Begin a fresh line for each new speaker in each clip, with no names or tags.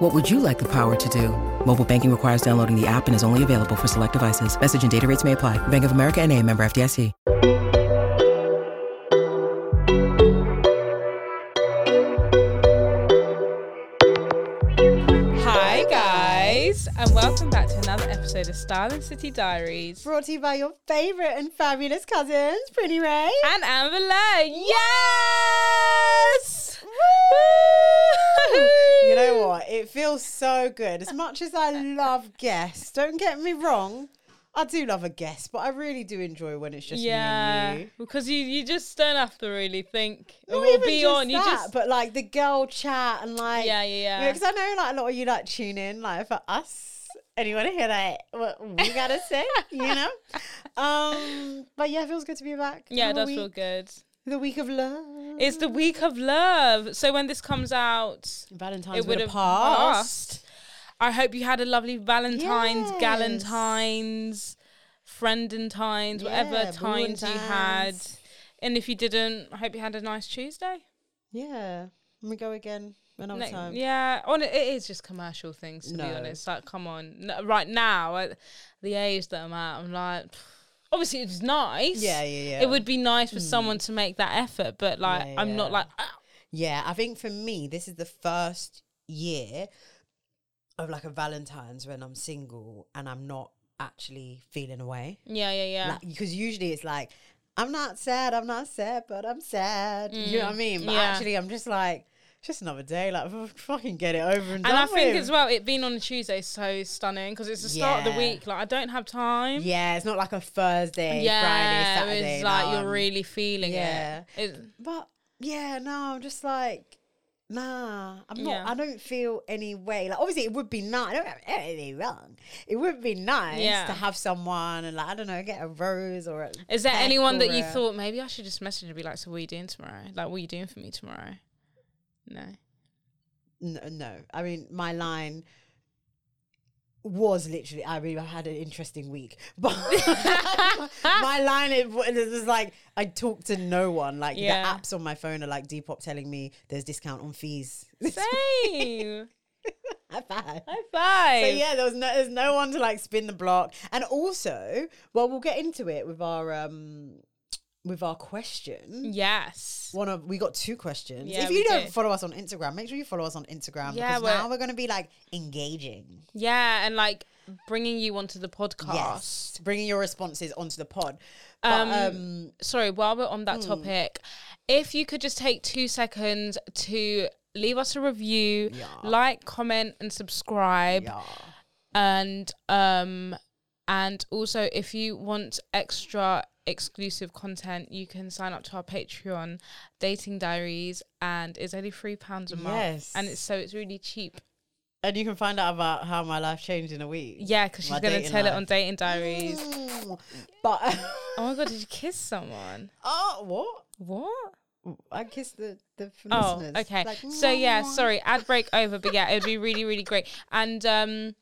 What would you like the power to do? Mobile banking requires downloading the app and is only available for select devices. Message and data rates may apply. Bank of America and a member FDIC.
Hi, guys, and welcome back to another episode of Style and City Diaries.
Brought to you by your favourite and fabulous cousins, Pretty Ray.
And Amber Lowe, yes! Woo!
You know what? It feels so good. As much as I love guests, don't get me wrong, I do love a guest, but I really do enjoy when it's just me
Yeah,
and you.
because you, you just don't have to really think. It
Not
will
even
be
just
on.
that,
you just
but like the girl chat and like
Yeah, yeah, yeah.
Because I know like a lot of you like tune in like for us. Anyone here like what we gotta say, you know? Um, but yeah, it feels good to be back.
yeah, it
Another
does feel
week-
good.
The week of love.
It's the week of love. So when this comes out,
Valentine's
it would
would have
have
passed.
passed. I hope you had a lovely Valentine's,
Yes.
Galentine's, Friendentine's,
Yeah,
whatever times you had.
Valentine's.
And if you didn't, I hope you had a nice Tuesday.
Yeah. And we go again another
Like,
time.
yeah, on it is just commercial things to be
No.
honest. Like, come on, No, right now at the age that I'm at, I'm like, obviously it's nice.
Yeah, yeah, yeah.
It would be nice for someone to make that effort, but like,
Yeah,
I'm not
yeah.
like, "Ah,
Yeah, I think for me, this is the first year of like a Valentine's when I'm single and I'm not actually feeling away.
yeah, yeah, yeah.
Because usually it's like, I'm not sad, I'm not sad, but I'm sad. You know what I mean? But
Mm, yeah.
actually, I'm just like, it's just another day. Like, fucking get it over and,
and I
done
think
with.
as well, it being on a Tuesday is so stunning because it's the start of the
Yeah.
week. Like, I don't have time.
Yeah, it's not like a Thursday,
Yeah,
Friday, Saturday.
it's like
no, I'm-
you're really feeling
Yeah.
it. It-
But yeah, no, I'm just like, nah, I'm not.
Yeah.
I don't feel any way. Like, obviously, it would be nice. I don't have anything wrong. It would be nice
Yeah.
to have someone and like I don't know, get a rose or. A
Is there
peck
anyone that
or
you
a-
thought maybe I should just message and be like, "So what are you doing tomorrow? Like, what are you doing for me tomorrow?" No.
No, no, I mean my line was literally. I mean, I had an interesting week, but my line it, wa- it was like I talked to no one. Like
Yeah.
the apps on my phone are like Depop telling me there's discount on fees.
Same.
High five.
High five.
So yeah, there was no, there's no one to like spin the block, and also, well, we'll get into it with our um with our question.
Yes.
One of we got two questions.
Mm. Yeah,
if you
we
don't
do.
follow us on Instagram, make sure you follow us on Instagram
Yeah,
because
we're-
now we're going to be like engaging.
Yeah, and like bringing you onto the podcast.
Yes, bringing your responses onto the pod. But,
Um,
um,
Sorry, while we're on that topic, if you could just take two seconds to leave us a review, like, comment, and subscribe.
yeah.
and um and also if you want extra exclusive content you can sign up to our patreon dating diaries and it's only three pounds a month
Yes.
and it's so it's really cheap
and you can find out about how my life changed in a week.
yeah because she's
My
gonna
dating
tell it
life.
on dating diaries
Mm. But
oh my god did you kiss someone
oh, what?
what
I kissed the the
Oh,
listeners.
okay.
Like,
so yeah,
mwah.
sorry, ad break over, but yeah, it'd be really, really great. And um,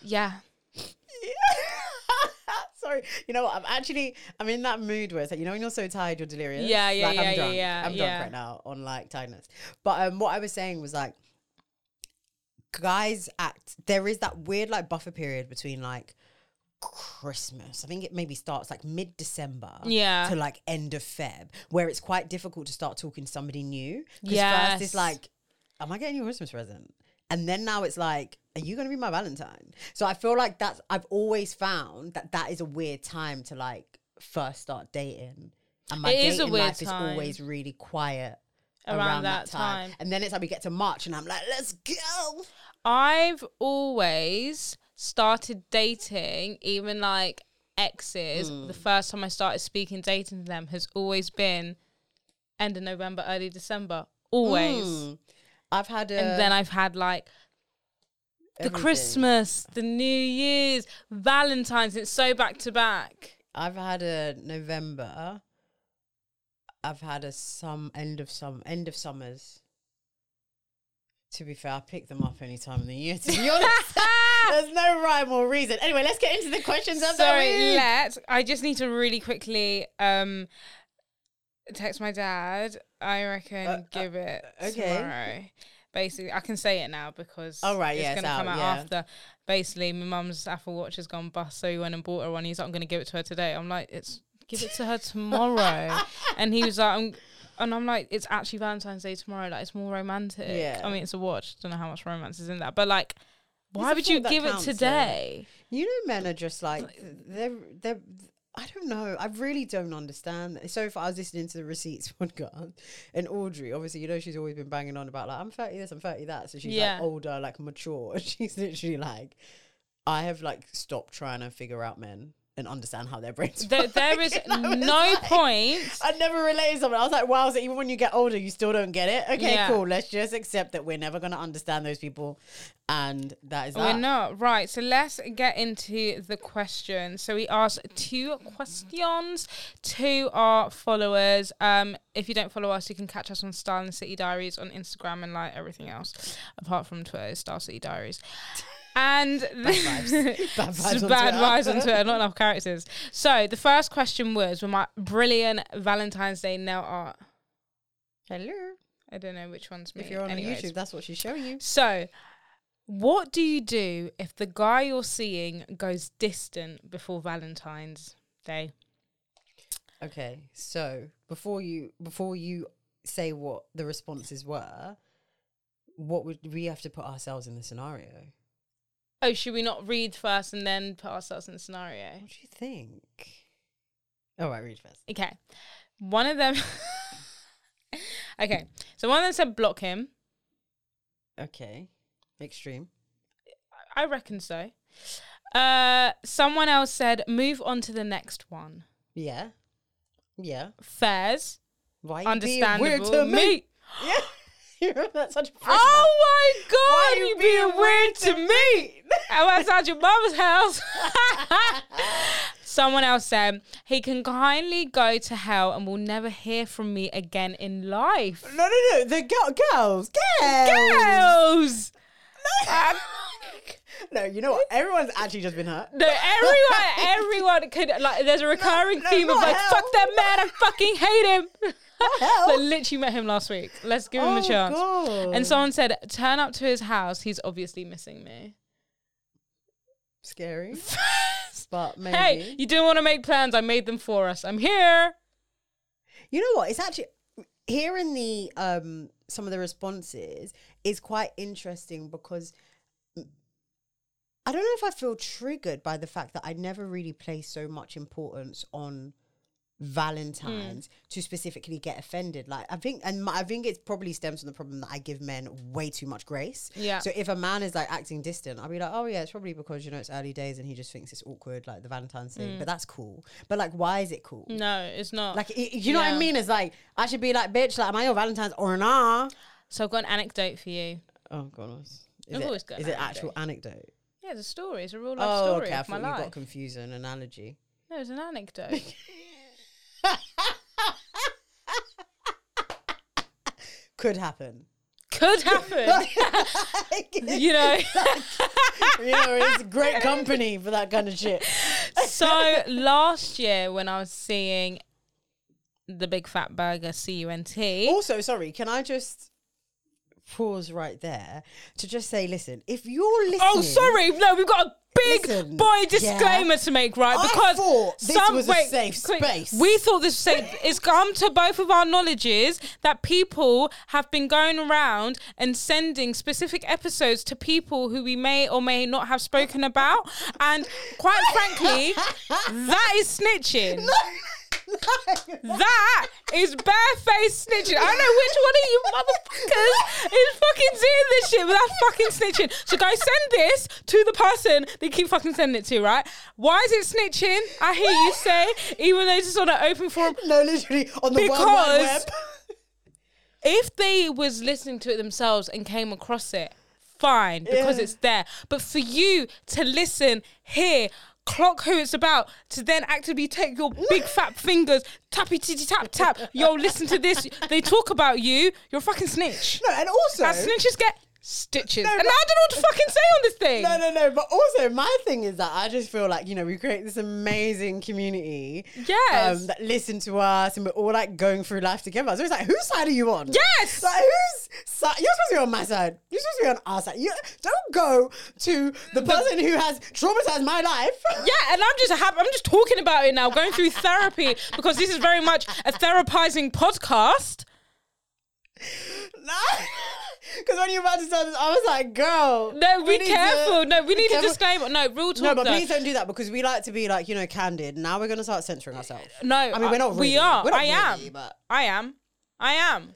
yeah,
Sorry, you know what? I'm actually I'm in that mood where it's like you know when you're so tired you're delirious.
Yeah, yeah,
like,
yeah, yeah,
I'm drunk.
yeah,
I'm
yeah.
drunk right now on like tiredness. But um, what I was saying was like, guys, act. There is that weird like buffer period between like Christmas. I think it maybe starts like mid December.
Yeah.
To like end of Feb, where it's quite difficult to start talking to somebody new. 'Cause First
Yes.
it's like am I getting you a Christmas present? And then now it's like, are you going to be my Valentine? So I feel like that's, I've always found that that is a weird time to like first start dating. And my
It
dating
is a weird
life
time.
is always really quiet
Around
around,
that
that, time.
time.
And then it's like we get to March and I'm like, let's go.
I've always started dating, even like exes. The first time I started speaking dating to them has always been end of November, early December. Always.
Mm. I've had a.
And then I've had like the
everything.
Christmas, the New Year's, Valentine's. It's so back to back.
I've had a November. I've had a some end of some end of summers. To be fair, I pick them up any time of the year. To be honest, there's no rhyme or reason. Anyway, let's get into the questions. of the
Sorry,
week.
let's. I just need to really quickly um text my dad. I reckon
Uh, uh,
give it
okay.
tomorrow. Basically, I can say it now because
All right,
it's
yeah, it's
gonna come
out,
out
yeah.
after. Basically, my mum's Apple Watch has gone bust, so he went and bought her one. He's like, I'm gonna give it to her today. I'm like, it's give it to her tomorrow, and he was like, I'm. And I'm like, it's actually Valentine's Day tomorrow. Like, it's more romantic.
Yeah.
I mean, it's a watch. Don't know how much romance is in that, but like, why
a
would you
thought that
give
counts,
it
though.
today?
You know, men are just like they're they're. I don't know. I really don't understand. So if I was listening to the receipts podcast, and Audrey, obviously, you know, she's always been banging on about like I'm thirty this, I'm thirty that. So she's
Yeah.
like older, like mature. And she's literally like, I have like stopped trying to figure out men and understand how their brains.
There,
work.
there is
And I was
no
like-
point.
I never related to someone. I was like, wow, so even when you get older, you still don't get it. Okay,
Yeah.
cool. Let's just accept that we're never going to understand those people, and that is
We're
that.
not right. So let's get into the question. So we asked two questions to our followers. Um, if you don't follow us, you can catch us on Style and City Diaries on Instagram and like everything else, apart from Twitter, Style City Diaries. And bad vibes,
Bad vibes on
bad
Twitter.
vibes on Twitter, not enough characters. So the first question was: with my brilliant Valentine's Day nail art?
Hello.
I don't know which one's me.
If you're on
Anyways.
YouTube, that's what she's showing you.
So, what do you do if the guy you're seeing goes distant before Valentine's Day?
Okay, so before you before you say what the responses were, what would we have to put ourselves in the scenario? What
Oh, should we not read first and then put ourselves in the scenario?
do you think? Oh, I read first.
Okay. One of them. okay. So, one of them said block him.
Okay, extreme.
I reckon so. Uh, someone else said move on to the next one.
Yeah, yeah.
Fairs.
Why are you being
Understandable.
weird to me?
Me-
Yeah, you remember that such a
Oh my
Why
god,
you
you
being
being weird to me. I was at your mama's house. Someone else said, he can kindly go to hell and will never hear from me again in life.
No, no, no. The girl, girls, girls.
Girls! Um,
No. no, you know what? Everyone's actually just been hurt.
No, everyone, everyone could, like, there's a recurring
no,
theme of,
not
like,
hell.
fuck that man, I fucking hate him.
hell.
Like, literally met him last week. Let's give him
Oh,
a chance.
God.
And someone said, turn up to his house, he's obviously missing me.
Scary, but maybe.
Hey, you didn't want to make plans. I made them for us. I'm here.
You know what? It's actually hearing the um some of the responses is quite interesting because mm, I don't know if I feel triggered by the fact that I never really place so much importance on Valentine's to specifically get offended. Like I think, and my, I think it probably stems from the problem that I give men way too much grace.
Yeah.
So if a man is like acting distant, I'll be like, oh yeah, it's probably because you know it's early days and he just thinks it's awkward, like the Valentine's thing. But that's cool. But like, why is it cool?
No, it's not.
Like, y- you know what I
Yeah.
mean? It's like, I should be like, bitch, like, am I your Valentine's or nah?
so I've got an anecdote for you.
Oh, God. Is
I've
it,
always got
is
an
it actual anecdote?
Yeah, it's a story. It's a real life
Oh,
story
okay. I
of my
thought you
life.
got confused an analogy.
no, it's an anecdote.
Could happen.
Could happen.
you
you know.
know, it's great company for that kind of shit.
so last year when I was seeing the big fat burger C U N T.
Also, sorry, can I just pause right there to just say, listen, if you're listening.
Oh, sorry. No, we've got a big
Listen,
boy
yeah.
disclaimer to make, right?
I
Because
thought this was a safe space.
We thought this was safe. it's come to both of our knowledges that people have been going around and sending specific episodes to people who we may or may not have spoken about, and quite frankly, that is snitching. That is barefaced snitching. I don't know which one of you motherfuckers is fucking doing this shit without fucking snitching. So guys, send this to the person they keep fucking sending it to, right? Why is it snitching? I hear you say, even though this is on an open forum.
No, literally, on the World Wide
Because-
Web.
If they was listening to it themselves and came across it, fine, because
Yeah.
it's there. But for you to listen, hear, clock who it's about to then actively take your big fat fingers, tappy titty tap tap. Yo, listen to this. They talk about you. You're a fucking snitch.
No, and also
And snitches get stitches.
No,
and
but-
I don't know what to fucking say on this thing.
No, no, no. But also, my thing is that I just feel like you know we create this amazing community. um,
Yes.
that listen to us, and we're all like going through life together. So it's like, whose side are you on?
Yes.
Like whose side? You're supposed to be on my side. You're supposed to be on our side. You don't go to the person who has traumatized my life.
Yeah, and I'm just happy. I'm just talking about it now, going through therapy because this is very much a therapizing podcast.
Because when you were about to start this, I was like, girl.
No,
we
be
need to-
careful. no, we
be
need to
careful.
disclaim. No, real talk.
No, but
though.
please don't do that because we like to be like, you know, candid. Now we're going to start censoring ourselves.
No,
I mean, we're not really.
We are.
We're not
I am.
really, but-
I am. I am.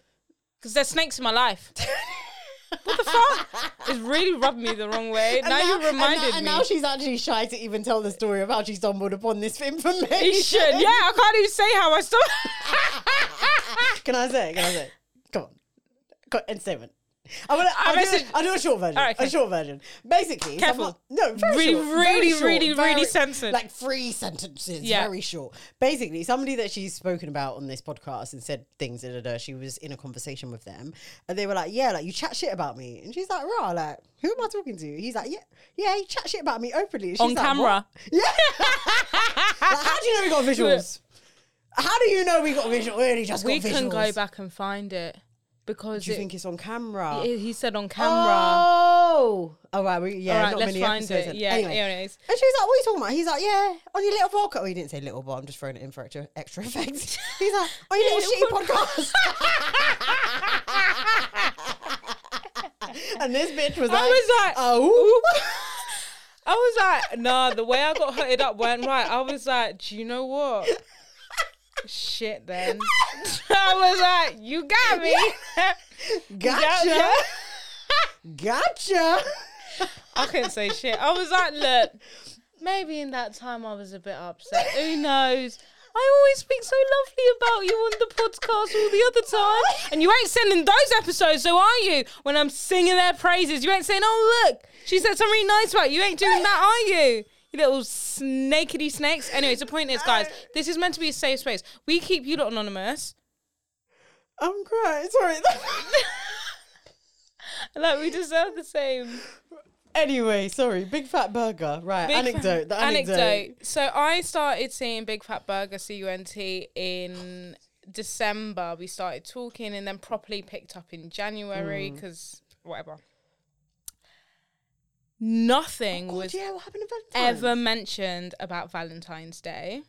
Because there's snakes in my life. what the fuck? It's really rubbed me the wrong way. Now, you reminded
and now, And now
me.
she's actually shy to even tell the story of how she stumbled upon this information.
You should. Yeah, I can't even say how I saw.
Can I say? it? Can I say? it? Come on. Go- Entertainment. I want to.
I
I'll, do
message-
a- I'll do a short version.
Alright, okay.
A short version. Basically,
Careful.
someone- no, very
Really,
short, very
really,
short,
really, really
very-
censored.
Like three sentences.
Yeah.
Very short. Basically, somebody that she's spoken about on this podcast and said things. Da, da, da, she was in a conversation with them, and they were like, "Yeah, like you chat shit about me," and she's like, "Raw, like who am I talking to?" He's like, "Yeah, yeah, you chat shit about me openly And she's
On
like,
camera.
"What?" Yeah. Like, how do you know we got visuals? How do you know we got visuals? We only just
we
got visuals.
can go back and find it because
Do you
it-
think it's on camera?
he he said on camera.
Oh, all right. We, yeah,
All right,
not
let's
many
find
episodes
it.
in.
Yeah,
Anyway.
anyways.
And she was like, "What are you talking about?" He's like, "Yeah, on your little podcast." Oh, he didn't say little, but I'm just throwing it in for extra, extra effect. He's like, "On your little
Little
shitty podcast." and this bitch was
I
like,
was like,
"Oh."
I was like, nah, the way I got hooted up weren't right. I was like, do you know what? Shit, then. I was like, you got me.
Gotcha. Gotcha.
I couldn't say shit. I was like, look, maybe in that time I was a bit upset. Who knows? I always speak so lovely about you on the podcast all the other time. And you ain't sending those episodes, so are you? When I'm singing their praises, you ain't saying, oh, look, she said something really nice about you. You ain't doing that, are you? You little snakety snakes. Anyways, the point is, guys, this is meant to be a safe space. We keep you lot anonymous.
I'm crying. Sorry.
Like, we deserve the same.
anyway, sorry. Big fat burger. Right.
Big Fat-
anecdote. the anecdote.
So I started seeing Big Fat Burger CUNT in December. We started talking and then properly picked up in January
Mm.
because whatever. Nothing
Oh, God,
was
yeah, what happened to Valentine's?
ever mentioned about Valentine's Day.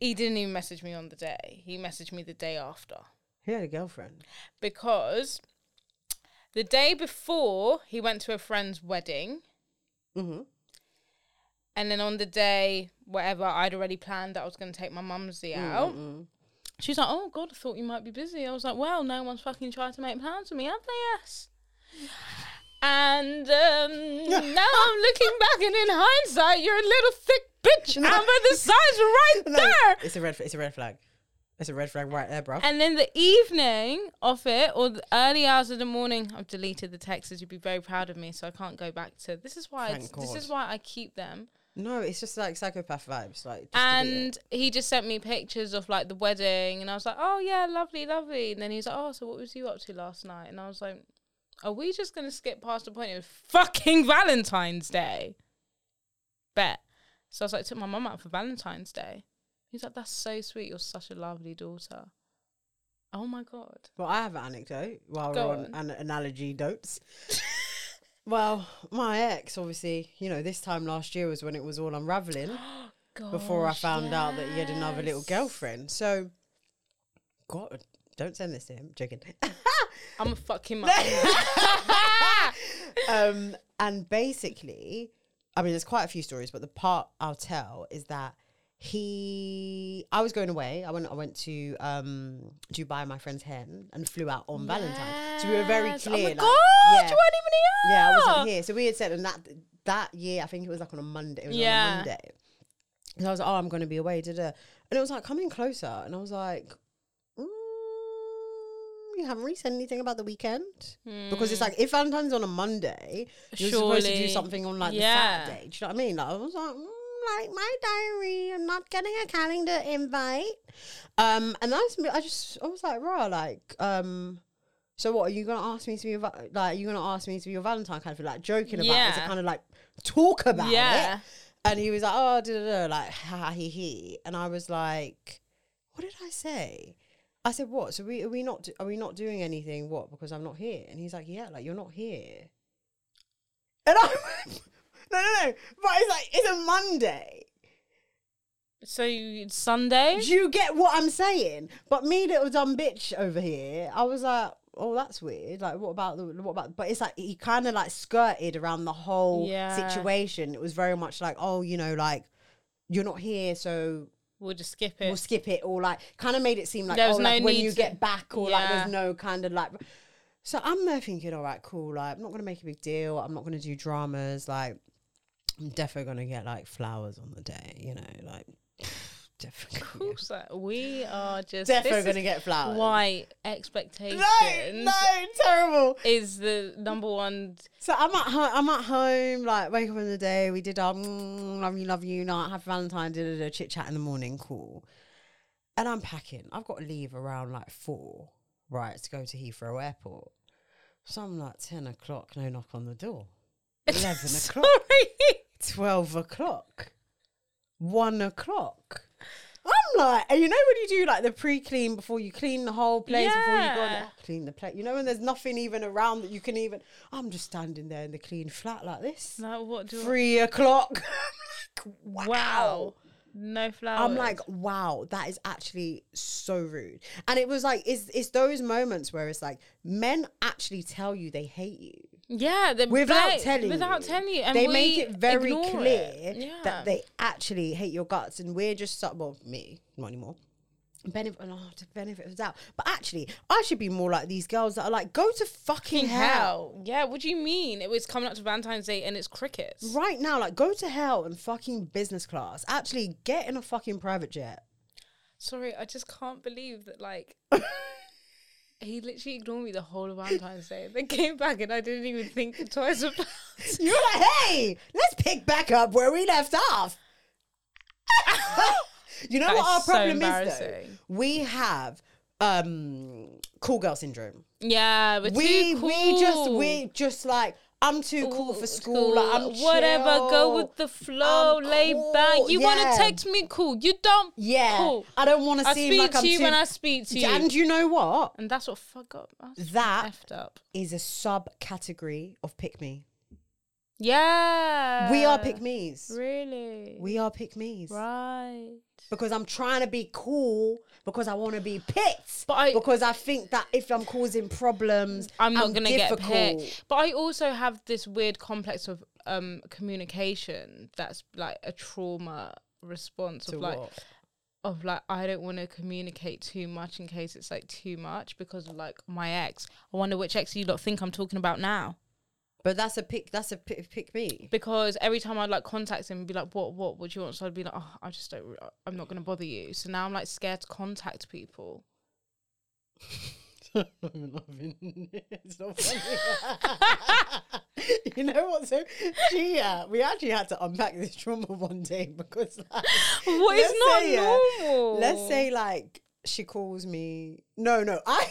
He didn't even message me on the day. He messaged me the day after
He had a girlfriend.
because the day before he went to a friend's wedding.
Mm-hmm.
And then on the day, whatever, I'd already planned that I was going to take my mumsy out. She's like, oh, God, I thought you might be busy. I was like, well, no one's fucking tried to make plans for me, have they? Yes. And um, now I'm looking back, and in hindsight, you're a little thick bitch, Amber. The signs were right there.
It's a red. It's a red flag. It's a red flag right there, bro.
And then the evening of it, or the early hours of the morning, I've deleted the texts. You'd be very proud of me, so I can't go back to. This is why. I,
Thank
this
God.
is why I keep them.
no, it's just like psychopath vibes. Like, just delete it.
and he just sent me pictures of like the wedding and i was like oh yeah lovely lovely and then he's like oh so what was you up to last night and i was like are we just gonna skip past the point of fucking valentine's day bet so i was like took my mum out for valentine's day he's like that's so sweet you're such a lovely daughter oh my god
well, I have an anecdote while
Go
we're on,
on.
an analogy notes. well, my ex, obviously, you know, this time last year was when it was all unraveling. before I
Gosh,
found out that he had another little
yes.
girlfriend. So, God, don't send this to him. Joking.
i'm a fucking mum
um, and basically, I mean, there's quite a few stories, but the part I'll tell is that he, I was going away. I went, I went to um, Dubai, my friend's hen, and flew out on Valentine's. So we were very
Yes. oh my
clear. like,
god you weren't
yeah.
even here
Yeah, I wasn't here. So we had said, and that that year, I think it was like on a Monday. It was on
Yeah.
a Monday. And I was like, oh, I'm going to be away. Da-da. And it was like, coming closer. And I was like, mm, you haven't really said anything about the weekend because it's like if Valentine's on a Monday, you're supposed to do
Hmm. Surely.
something on like
Yeah.
the Saturday. Do you know what I mean? Like, I was like, mm, like my diary, I'm not getting a calendar invite. Um, and I was, I just, I was like, rah, like, um. So what are you gonna ask me to be your, va- like? Are you gonna ask me to be your Valentine kind of like joking about? it? Is it
Yeah.
kind of like talk about
Yeah.
it? And he was like, oh, da, da, da, like ha ha he he. And I was like, what did I say? I said, what? So we are we not do- are we not doing anything? What? Because I'm not here. And he's like, yeah, like you're not here. And I no no no. But it's like it's a Monday.
So you, Sunday?
Do you get what I'm saying? But me, little dumb bitch over here, I was like, oh, that's weird. Like, what about the what about? But it's like he kind of like skirted around the whole
Yeah.
situation. It was very much like, oh, you know, like you're not here, so
we'll just skip it.
we'll skip it, or like kind of made it seem like
There
oh,
was no
like when
need
you
to-
get back, or like
Yeah.
there's no kind of like. So I'm there thinking, all right, cool. Like, I'm not gonna make a big deal. I'm not gonna do dramas. Like, I'm definitely gonna get like flowers on the day. You know, like. Definitely.
Of course, like, we are just
Definitely
this is
gonna get flowers.
Why expectations
No, no, terrible.
is the number one?
So I'm at home. I'm at home. Like wake up in the day. We did our mm, love you, love you night. Have Valentine. Da da da. Chit chat in the morning. Cool. And I'm packing. I've got to leave around like four. Right to go to Heathrow Airport. So I'm like ten o'clock. No knock on the door. Eleven o'clock.
Sorry.
Twelve o'clock. One o'clock. I'm like, and you know when you do like the pre-clean before you clean the whole place before you go
Yeah.
there, clean the plate. You know when there's nothing even around that you can even. I'm just standing there in the clean flat like this.
Like what do
Three o'clock. I'm
I,
like,
wow. No flowers.
I'm like, wow, that is actually so rude. And it was like, it's it's those moments where it's like men actually tell you they hate you
yeah, they
without
blat-
telling
without
you.
telling you, and
they
we
make it very
ignore
clear
it. Yeah.
that they actually hate your guts, and we're just so, well, me not anymore. Benefit oh, to benefit of the doubt, but actually, I should be more like these girls that are like, go to fucking
Fucking
hell.
hell. Yeah, what do you mean? It was coming up to Valentine's Day and it's crickets.
Right now, like go to hell and fucking business class. Actually, get in a fucking private jet.
Sorry, I just can't believe that like he literally ignored me the whole of Valentine's Day. Then came back and I didn't even think twice about it.
You're like, hey, let's pick back up where we left off. you know
That
what
is
our
so
problem is though?
embarrassing.
We have um cool girl syndrome.
Yeah, but
we
too cool. uh,
we just we just like I'm too cool for school. Like, I'm
whatever. Go
chill.
with the flow.
I'm
lay back.
cool.
You want
Yeah.
to text me? Cool. You don't.
Yeah,
Cool.
I don't want
I
to seem
speak
like
to
I'm
you
too.
when I speak to you.
and you know what?
And that's what fuck up. That's
That
effed up.
is a subcategory of pick me.
Yeah.
we are pick me's.
Really.
We are pick me's.
right.
Because I'm trying to be cool. Because I want to be picked.
But I-
because I think that if I'm causing problems,
I'm not gonna
difficult.
get picked. But I also have this weird complex of um communication that's like a trauma response
To
of like
what?
of like I don't want to communicate too much in case it's like too much because of, like my ex. I wonder which ex you lot think I'm talking about now.
But that's a pick. That's a pick, pick me.
Because every time I'd like contact him and be like, What, what, what do you want? So I'd be like, Oh, I just don't, re- I'm not going to bother you. So now I'm like scared to contact people.
I'm loving it. It's not funny. you know what? So she, uh, we actually had to unpack this trauma one day because like,
What is
let's
not
say, uh,
normal?
let's say like she calls me. No, no, I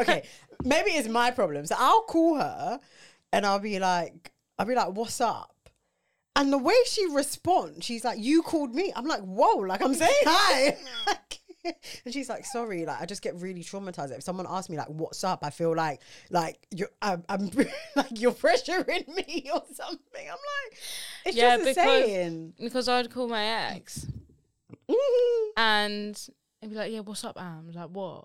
okay. Maybe it's my problem. So I'll call her, and I'll be like, I'll be like, "What's up?" And the way she responds, she's like, "You called me." I'm like, "Whoa!" Like I'm saying hi. and she's like, "Sorry, like I just get really traumatized. If someone asks me like, "What's up?" I feel like like you, I'm, I'm like you're pressuring me or something. I'm like, it's
Yeah,
just a
because-
saying.
Because I'd call my ex
Mm-hmm.
and I'd be like, Yeah, what's up, Am? Like, what?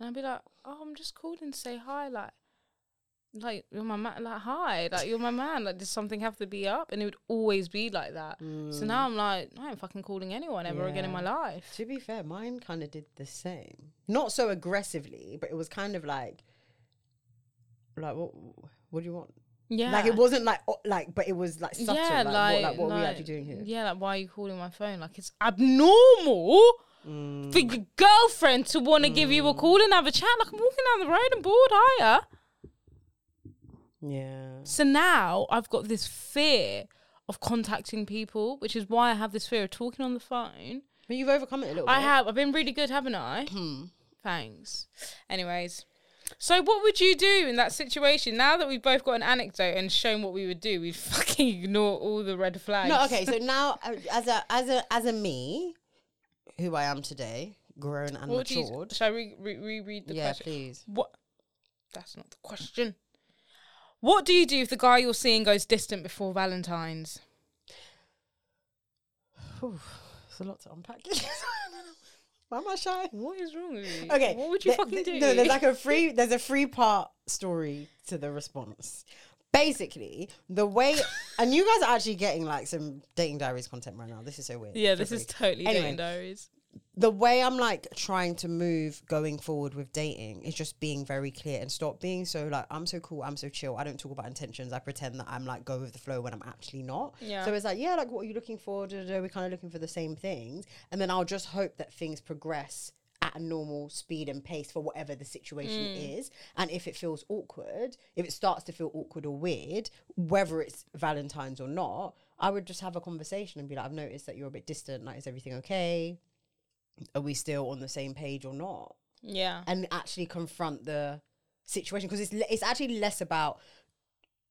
And I'd be like, Oh, I'm just calling to say hi. Like, like you're my man, like hi, like you're my man. Like, does something have to be up? And it would always be like that. So now I'm like, I ain't fucking calling anyone ever again in
Mm. Yeah.
my life.
To be fair, mine kind of did the same. Not so aggressively, but it was kind of like, like what, what do you want?
Yeah,
Like it wasn't like, o- like, but it was like subtle. like, what, like what are we actually doing here?
Yeah, like why are you calling my phone? Like it's abnormal
Mm.
for your girlfriend to want to give you a call and have a chat. Like I'm walking down the road and bored, higher.
Yeah.
So now I've got this fear of contacting people, which is why I have this fear of talking on the phone.
But you've overcome it a little
I
bit.
have. I've been really good, haven't I? Thanks. Anyways, so what would you do in that situation? Now that we've both got an anecdote and shown what we would do, we'd fucking ignore all the red flags.
No, okay. So now, uh, as a as a as a me, who I am today, grown and
What would you-
matured.
shall I re- re- reread the
yeah,
question?
please.
What? That's not the question. What do you do if the guy you're seeing goes distant before Valentine's?
Whew, it's a lot to unpack. Why am I shy?
What is wrong with you?
Okay.
What would you
the-
fucking
the-
do?
No, there's like a free there's a free part story to the response. Basically, the way and you guys are actually getting like some dating diaries content right now. This is so weird.
yeah,
So
this is
weird.
totally
Anyway.
dating diaries.
the way I'm like trying to move going forward with dating is just being very clear and stop being so like I'm so cool, I'm so chill. I don't talk about intentions. I pretend that I'm like go with the flow when I'm actually not.
Yeah.
So it's like yeah, like what are you looking for? Da, da, da. We're kind of looking for the same things, and then I'll just hope that things progress at a normal speed and pace for whatever the situation is. And if it feels awkward, if it starts to feel awkward or weird, whether it's Valentine's or not. I would just have a conversation and be like, I've noticed that you're a bit distant. Like, is everything okay? are we still on the same page or not?
Yeah.
And actually confront the situation because it's le- it's actually less about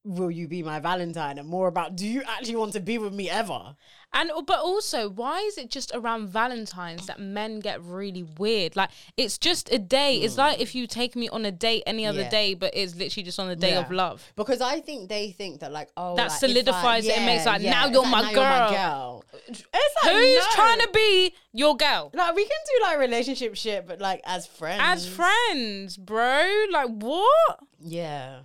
will you be my Valentine and more about do you actually want to be with me ever?
And oh, but also, why is it just around Valentine's that men get really weird? Like it's just a day. It's like if you take me on a date any other
Hmm. Yeah.
day, but it's literally just on the day of
Yeah.
love.
Because I think they think that like oh
That
like, if I-
solidifies it and makes like, now
It's
you're my girl.
girl. It's like,
Who's
no.
trying to be your girl?
like we can do like relationship shit, but like as friends,
As friends, bro. Like what?
Yeah.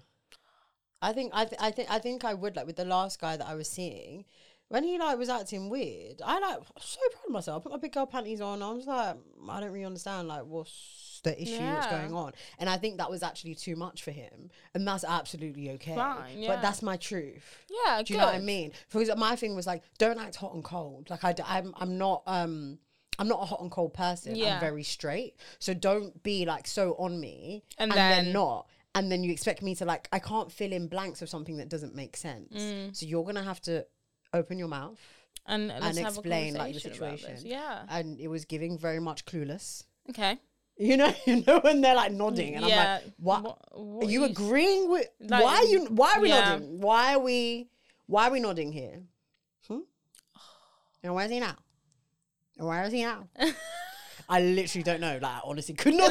I think I, th- I think I think I would like with the last guy that I was seeing, when he like was acting weird, I like so proud of myself. I put my big girl panties on. I was like, I don't really understand like what's the issue, what's
Yeah.
going on, and I think that was actually too much for him, and that's absolutely okay.
Fine, yeah.
But that's my truth.
Yeah.
Do you know what I
good.
mean? Because my thing was like, don't act hot and cold. Like I, am I'm not, um, I'm not a hot and cold person.
Yeah.
I'm very straight. So don't be like so on me
And
and,
then-
then not. And then you expect me to like, I can't fill in blanks of something that doesn't make sense. So you're gonna have to open your mouth
And Mm. let's
and
have
explain
a
like the
conversation about
situation.
this. Yeah.
And it was giving very much clueless.
Okay.
You know, you know when they're like nodding, and
yeah.
I'm like, what?
what
are you
are you
agreeing with?
Like,
why are you? Why are we
yeah.
nodding? Why are we? Why are we nodding here? Hmm? And where is he now? And where is he now? I literally don't know. Like, I honestly could not.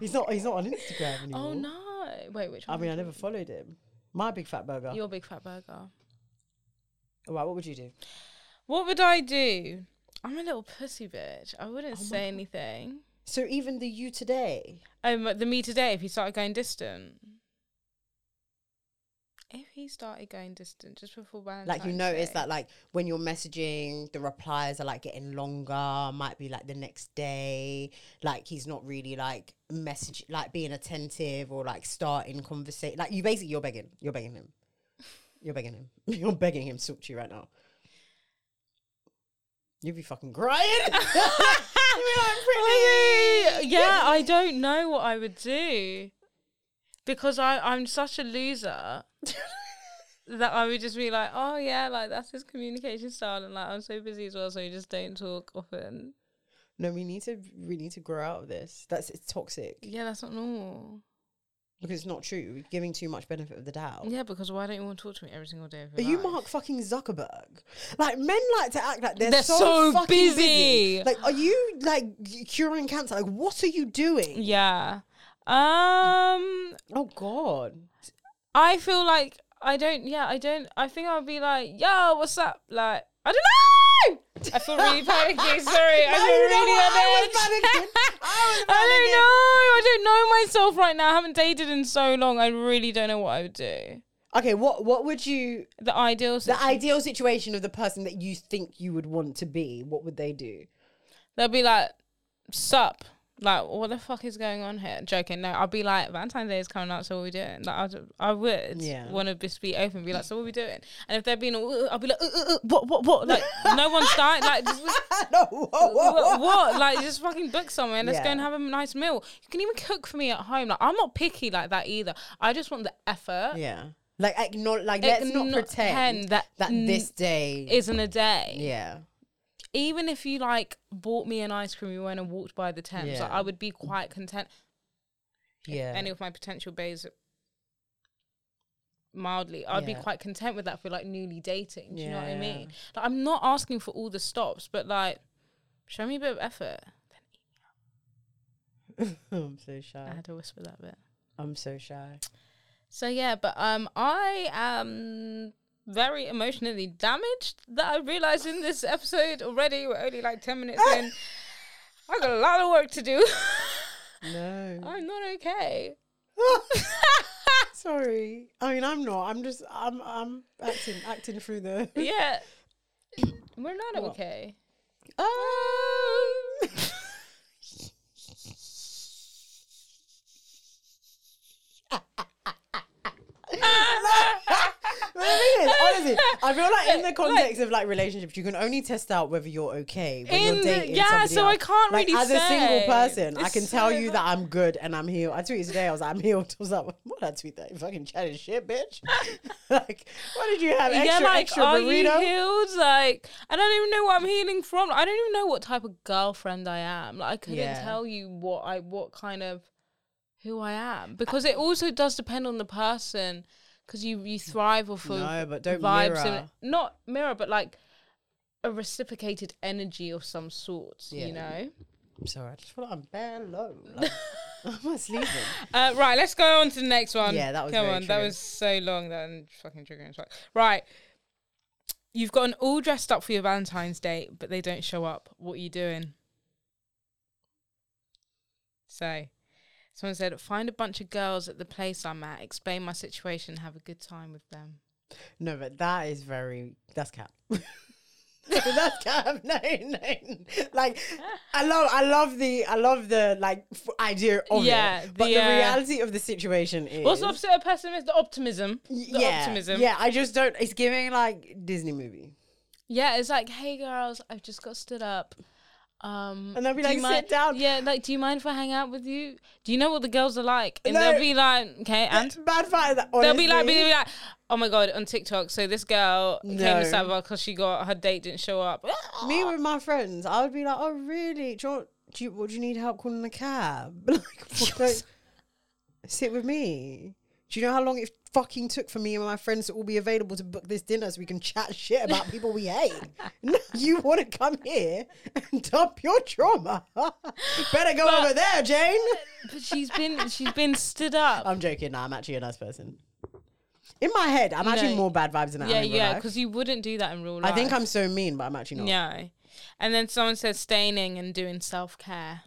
he's not. He's not on Instagram anymore.
Oh no! Wait, which
I
one?
mean, I never followed him. My big fat burger.
Your big fat burger.
All right, what would you do?
What would I do? Oh I'm a little pussy bitch. I wouldn't say anything.
So even the you today.
Um, the me today, if he started going distant. If he started going distant just before Valentine's
Like you notice
Day.
that like when you're messaging, the replies are like getting longer, might be like the next day. Like he's not really like message like being attentive or like starting conversation. Like you basically you're begging. You're begging him. You're begging him. You're begging him to talk to you right now. You'd be fucking crying. You'd be like, "Pretty."
Yeah, I don't know what I would do. Because I, I'm such a loser that I would just be like, oh yeah, like that's his communication style and like I'm so busy as well, so you just don't talk often.
No, we need to we need to grow out of this. That's it's toxic.
Yeah, that's not normal.
Because it's not true. We're giving too much benefit of the doubt.
Yeah, because why don't you want to talk to me every single day of
Are
your
Oh. you
life?
Mark fucking Zuckerberg? Like men like to act like they're,
They're
so,
so
fucking
busy.
busy. Like, are you like curing cancer? Like, what are you doing?
Yeah. Um
Oh God.
I feel like I don't. Yeah, I don't. I think I'll be like, yo, what's up? Like, I don't know. I feel really panicky. Sorry, I
No,
feel
you know
really
what? I
on
was
edge.
panicking. I was panicking.
I don't know. I don't know myself right now. I haven't dated in so long. I really don't know what I would do.
Okay, what what would you
The ideal. The
the ideal situation of the person that you think you would want to be? What would they do?
They'll be like, sup. Like, what the fuck is going on here? Joking. No, I'll be like, Valentine's Day is coming up, so what are we doing? Like, I'd, I would
Yeah.
want to just be open, be like, so what are we doing? And if they're being, all, "Uh, uh," I'll be like, uh, uh, uh, what, what, what? Like, no one's dying. Like, just,
no, whoa, whoa, whoa.
what, what? Like, just fucking book somewhere and let's go
Yeah.
and have a nice meal. You can even cook for me at home. Like, I'm not picky like that either. I just want the effort.
Yeah. Like, acknowledge, like let's not
Acknow-
pretend
that
that, this day.
Isn't a day.
yeah.
Even if you like bought me an ice cream, we went and walked by the Thames, like,
Yeah.
I would be quite content.
Yeah.
Any of my potential bays, mildly, I'd be
Yeah.
quite content with that for like newly dating. Do you know what I
Yeah.
mean? Like, I'm not asking for all the stops, but like, show me a bit of effort.
I'm so
I
shy.
had to whisper that bit.
I'm so shy.
So yeah, but um, I am very emotionally damaged that I realized in this episode already. We're only like ten minutes in. I got a lot of work to do.
No.
I'm not okay.
Sorry. I mean, I'm not. I'm just. I'm. I'm acting. Acting through the.
Yeah, we're not
What?
okay.
Um. But the thing is, honestly, I feel like in the context of like relationships, you can only test out whether you're okay when
In
you're
the-
dating.
yeah,
somebody
so I
else.
can't
like,
really
As a single
say.
person, I
It's
can tell
so
you that I'm good and I'm healed. I tweeted today, I was like, I'm healed. I was like, what did I tweet that? You fucking chatting shit, bitch. like, what did you have? Extra,
yeah, like
extra
are
burrito?
you healed? Like I don't even know what I'm healing from. I don't even know what type of girlfriend I am. Like I couldn't
Yeah.
tell you what I what kind of who I am because it also does depend on the person. Because you you thrive off of
No, but don't
vibes
mirror.
and not mirror, but like a reciprocated energy of some sort.
Yeah.
You know.
I'm sorry, I just feel like I'm bare low. Like, I'm almost leaving.
Uh, right, let's go on to the next one.
Yeah, that was
come
very
on. That
triggering.
was so long. That and fucking triggering as fuck. Right, you've gotten all dressed up for your Valentine's Day, but they don't show up. What are you doing? So, someone said, find a bunch of girls at the place I'm at, explain my situation, have a good time with them.
No, but that is very. That's cap. that's cap. No, no. Like, I love, I love the, I love the like f- idea of
Yeah,
it, but
the,
the,
uh,
reality of the situation is.
What's the opposite of pessimism? The optimism. The
yeah,
optimism.
yeah. I just don't. It's giving like Disney movie,
Yeah, it's like, hey girls, I've just got stood up. Um,
And they'll be
do you
like, "Sit
mind-
down."
Yeah, like, do you mind if I hang out with you? Do you know what the girls are like? And
No.
they'll be like, okay, and
bad fight. That,
they'll be like,
honestly-
they'll be like, oh my god, on TikTok. So this girl came
No.
to Savile because she got her date didn't show up.
me
Oh.
with my friends, I would be like, "Oh, really? Do you, want- do you, would you need help calling a cab? like, what, don't- sit with me. Do you know how long it fucking took for me and my friends to all be available to book this dinner so we can chat shit about people we hate? No, you want to come here and dump your trauma? Better go over there, Jane.
But she's been she's been stood up.
I'm joking. Nah, I'm actually a nice person. In my head, I'm actually
No.
more bad vibes than I am
yeah,
in real
yeah,
life.
because you wouldn't do that in real
I
life.
think I'm so mean, but I'm actually not.
Yeah, and then someone said staining and doing self care.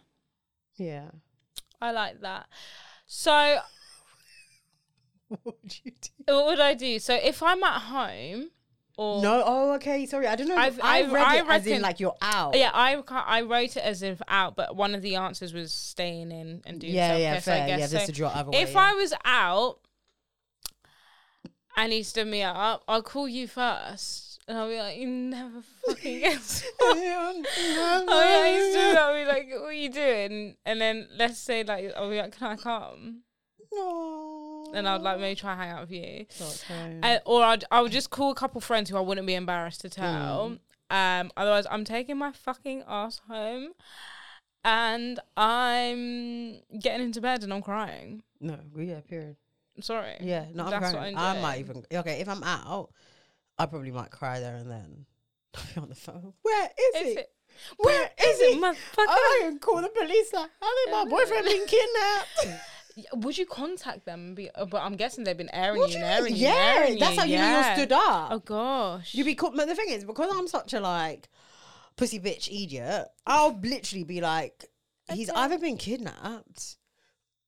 yeah.
I like that. So
What would you do?
What would I do? So if I'm at home, or
No. Oh, okay. Sorry, I don't know.
I've-
I've, i
I've-
read
I
it as in
reckon-
like you're out.
yeah, I ca- I wrote it as if out, but one of the answers was staying in and doing
Yeah, yeah,
self-care. so I
fair.
guess
Yeah, this
so
is your other way.
if
yeah.
I was out and he stood me up, I'll call you first, and I'll be like, "You never fucking guess." what." I'll be like, "You stood up," I'll be like, "What are you doing?" And then let's say like, I'll be like, "Can I come?"
No.
And I'd like maybe try and hang out with you.
Okay.
I, Uh, or I'd, I would just call a couple friends who I wouldn't be embarrassed
Mm.
to tell. Um, otherwise, I'm taking my fucking ass home, and I'm getting into bed and I'm crying.
no. Yeah. Period.
I'm sorry.
Yeah. No. I'm
That's what
crying.
I'm
I might
doing.
even. Okay. If I'm out, I probably might cry there and then. I'll be on the phone. Where is,
Is
it?
it-
Where is,
it,
it?
motherfucker?
I can call the police. Like, how did my boyfriend been kidnapped?
Yeah, Would you contact them? And be, oh, but I'm guessing they've been airing
What
you,
do
and
you mean?
airing you, and
Yeah,
airing
that's
you,
how you know you're
yeah.
stood up.
Oh gosh.
You be caught. But the thing is, because I'm such a like pussy bitch idiot, I'll literally be like, he's either been kidnapped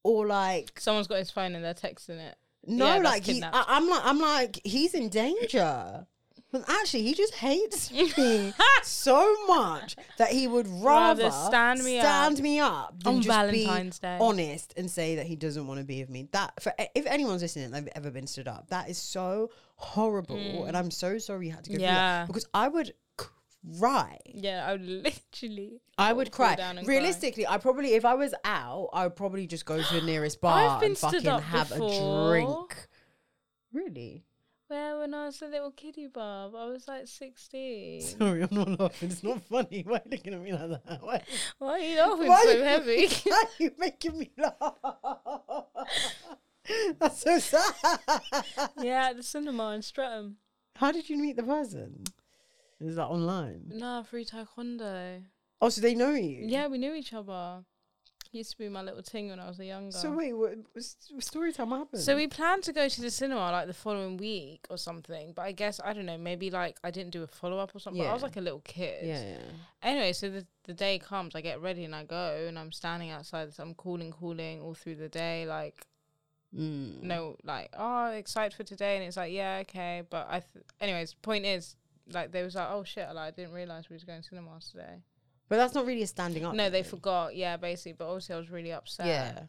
or like
Someone's got his phone and they're texting it.
no,
Yeah, that's
like he,
kidnapped.
I, I'm like I'm like he's in danger. Well, actually, he just hates me so much that he would rather,
Rather stand me up.
stand me up than
On
just
Valentine's
be
Day.
honest and say that he doesn't want to be with me. That for eh, if anyone's listening, they've ever been stood up. That is so horrible, and I'm so sorry you had to go through
Mm. Yeah.
that because I would cry.
Yeah, I would literally.
I would
fall
cry.
down and cry.
Realistically, I probably if I was out, I would probably just go to the nearest bar
I've been
and
stood
fucking
up
have a
before.
drink. Really?
Where when I was a little kiddie bob, I was like sixteen.
Sorry, I'm not laughing. It's not funny. Why are you looking at me like that? Why,
Why are you laughing
why
so heavy?
Why are you making me laugh? That's so sad.
yeah, at the cinema in Streatham.
How did you meet the person? Is that online?
Nah, free taekwondo.
Oh, so they know you?
Yeah, we knew each other. Used to be my little ting when I was a younger.
So wait, what, s- story time happened?
So we planned to go to the cinema like the following week or something, but I guess I don't know. Maybe like I didn't do a follow up or something. But I was
Yeah.
like a little kid.
yeah, yeah.
Anyway, so the, the day comes, I get ready and I go, and I'm standing outside. So I'm calling, calling all through the day, like
Mm.
no, like oh, excited for today, and it's like yeah, okay. But I, th- anyways, point is, like they was like oh shit, like, I didn't realize we was going to cinemas today.
But that's not really a standing up.
No, they
though.
forgot. Yeah, basically. But obviously, I was really upset.
Yeah.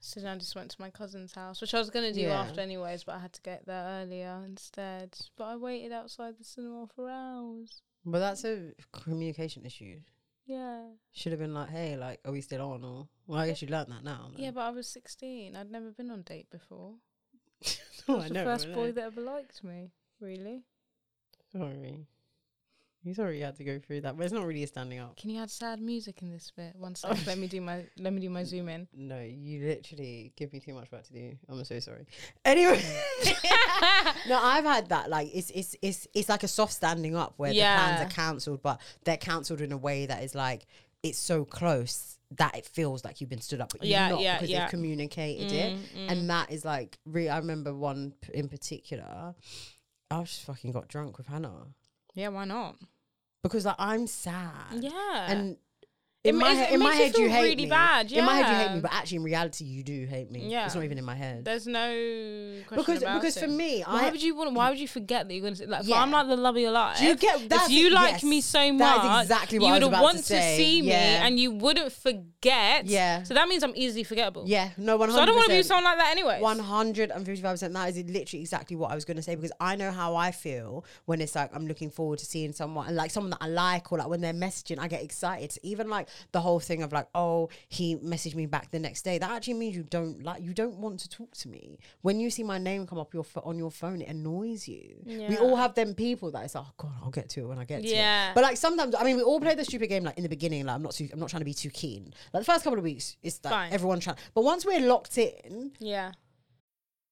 So then I just went to my cousin's house, which I was gonna do
Yeah.
after anyways, but I had to get there earlier instead. But I waited outside the cinema for hours.
But that's a communication issue.
Yeah.
Should have been like, hey, like, are we still on? Or well, I guess you learned that now.
Yeah, but I was sixteen. I'd never been on date before.
oh,
He was the first boy that ever liked me. Really?
Sorry, you sorry you had to go through that, but it's not really a standing up.
Can you add sad music in this bit? One second. let me do my let me do my zoom in.
No, you literally give me too much work to do. I'm so sorry. Anyway, no, I've had that. Like, it's it's it's it's like a soft standing up where the
Yeah.
plans are cancelled, but they're cancelled in a way that is like it's so close that it feels like you've been stood up, but
Yeah,
you're not
yeah,
because
yeah. Mm.
they've communicated it. And that is like, re- I remember one p- in particular. I just fucking got drunk with Hannah
Yeah, why not?
because like I'm sad.
Yeah.
and.
It
In my,
makes-
he-
it
in my
makes you
head, you
feel
hate
really
me.
bad,
In my head, you hate
yeah.
me, but actually, in reality, you do hate me.
Yeah.
It's not even in my head.
There's no question
because
about
because
it.
for me,
Why
I
would you want? Why would you forget that you're gonna? Say, like, if
Yeah.
I'm like the love of your life.
Do you get- that's-
if you like
yes.
me so much,
That is exactly what
you
I was
would
about to
want
say.
see me,
Yeah.
and you wouldn't forget.
Yeah.
So that means I'm easily forgettable.
yeah, no, one hundred.
So I don't want to be with someone like that anyway.
One hundred and fifty-five percent. That is literally exactly what I was going to say because I know how I feel when it's like I'm looking forward to seeing someone and like someone that I like or like when they're messaging, I get excited. So even like the whole thing of like, oh, he messaged me back the next day. That actually means you don't like you don't want to talk to me. When you see my name come up your pho- on your phone, it annoys you. We all have them people that it's like, oh god, I'll get to it when I get to it.
Yeah.
But like sometimes, I mean, we all play the stupid game like in the beginning. Like I'm not too, I'm not trying to be too keen. Like the first couple of weeks, it's like
Fine.
everyone trying. But once we're locked in.
Yeah.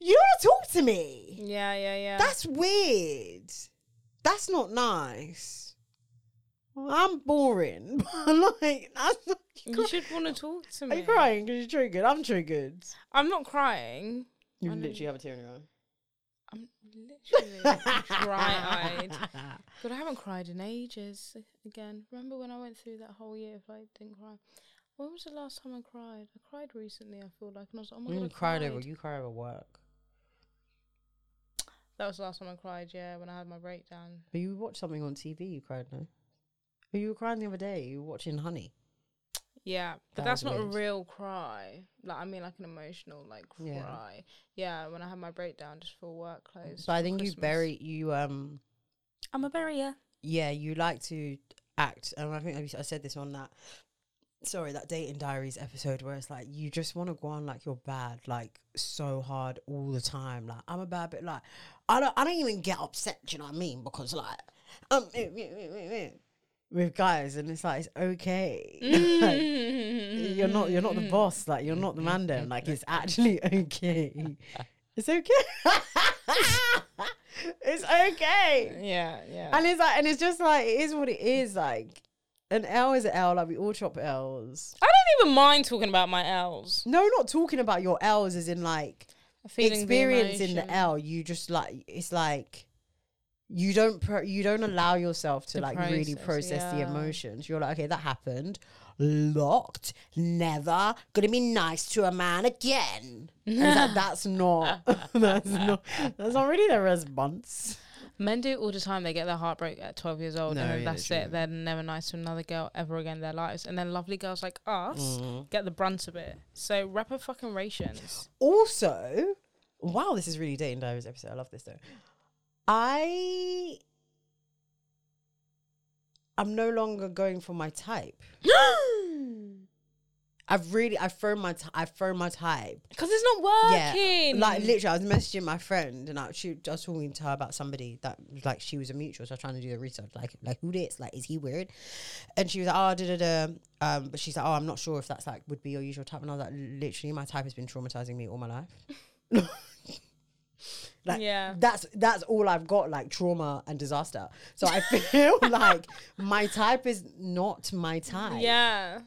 You don't want to talk to me.
Yeah. Yeah. Yeah.
That's weird. That's not nice. I'm boring. like, that's not,
you should want to talk to me.
Are you crying because you're triggered? I'm triggered.
I'm not crying.
You literally have a tear in your eye.
I'm literally dry-eyed. But I haven't cried in ages. Again, remember when I went through that whole year if I didn't cry? When was the last time I cried? I cried recently. I feel like, and I was like, oh my god, I cried.
you cried over work.
That was the last time I cried. Yeah, when I had my breakdown.
But you watched something on TV, you cried, no? But you were crying the other day. You were watching Honey.
Yeah, but
That
that's
was
not a
weird.
real cry. Like I mean, like an emotional like
Yeah.
cry. Yeah, when I had my breakdown just for work clothes.
So I
for
think you
Christmas.
bury you um
I'm a barrier.
yeah, you like to act, and I think I- I said this on that. Sorry, that dating diaries episode where it's like you just want to go on like you're bad, like so hard all the time. Like I'm a bad bit. Like I don't, I don't even get upset. Do you know what I mean? Because like um, with guys, and it's like it's okay. Like, you're not, you're not the boss. Like you're not the man. Then like it's actually okay. It's okay. It's okay.
Yeah, yeah.
And it's like, and it's just like, it is what it is. Like, an L is an L. Like, we all chop L's.
I don't even mind talking about my L's.
No, not talking about your L's as in like
Feeling the
experiencing the,
emotion.
L. You just like, it's like, you don't pro- you don't allow yourself to
To
like really
process,
process the
yeah.
emotions. You're like, okay, that happened. Locked. Never gonna be nice to a man again. And it's like, that's not. That's not. That's not really the response.
Men do it all the time. They get their heartbreak at 12 years old,
No,
and then
yeah,
that's
literally.
it. They're never nice to another girl ever again in their lives. And then lovely girls like us
Mm.
get the brunt of it. So, rapper fucking rations.
Also, wow, this is really dating diaries episode. I love this though. I I'm no longer going for my type. I've really I've thrown my t- I've thrown my type.
Because it's not
Yeah,
working.
like literally, I was messaging my friend, and I, she, I was talking to her about somebody that, like, she was a mutual. So I was trying to do the research, like, like who this? Like, is he weird? And she was like, oh, da da da. Um, but she's like, oh, I'm not sure if that's like would be your usual type. And I was like, literally, my type has been traumatizing me all my life. like,
Yeah.
that's that's all I've got, like trauma and disaster. So I feel like my type is not my type.
yeah.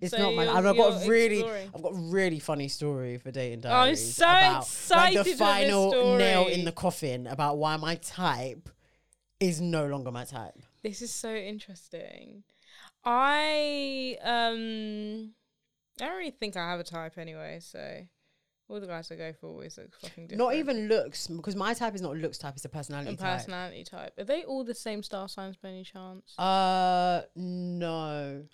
It's
So
not my.
you're-
And I've got
you're
a really,
exploring. Oh,
I've got a really funny story for dating
I'm
diaries.
so excited for
Like the
this
final nail
story.
in the coffin about why my type is no longer my type.
This is so interesting. I um I don't really think I have a type anyway, so all the guys I go for always look fucking different.
Not even looks, because my type is not looks type; it's a personality
a
type.
personality type. Are they all the same star signs by any chance?
Uh, no.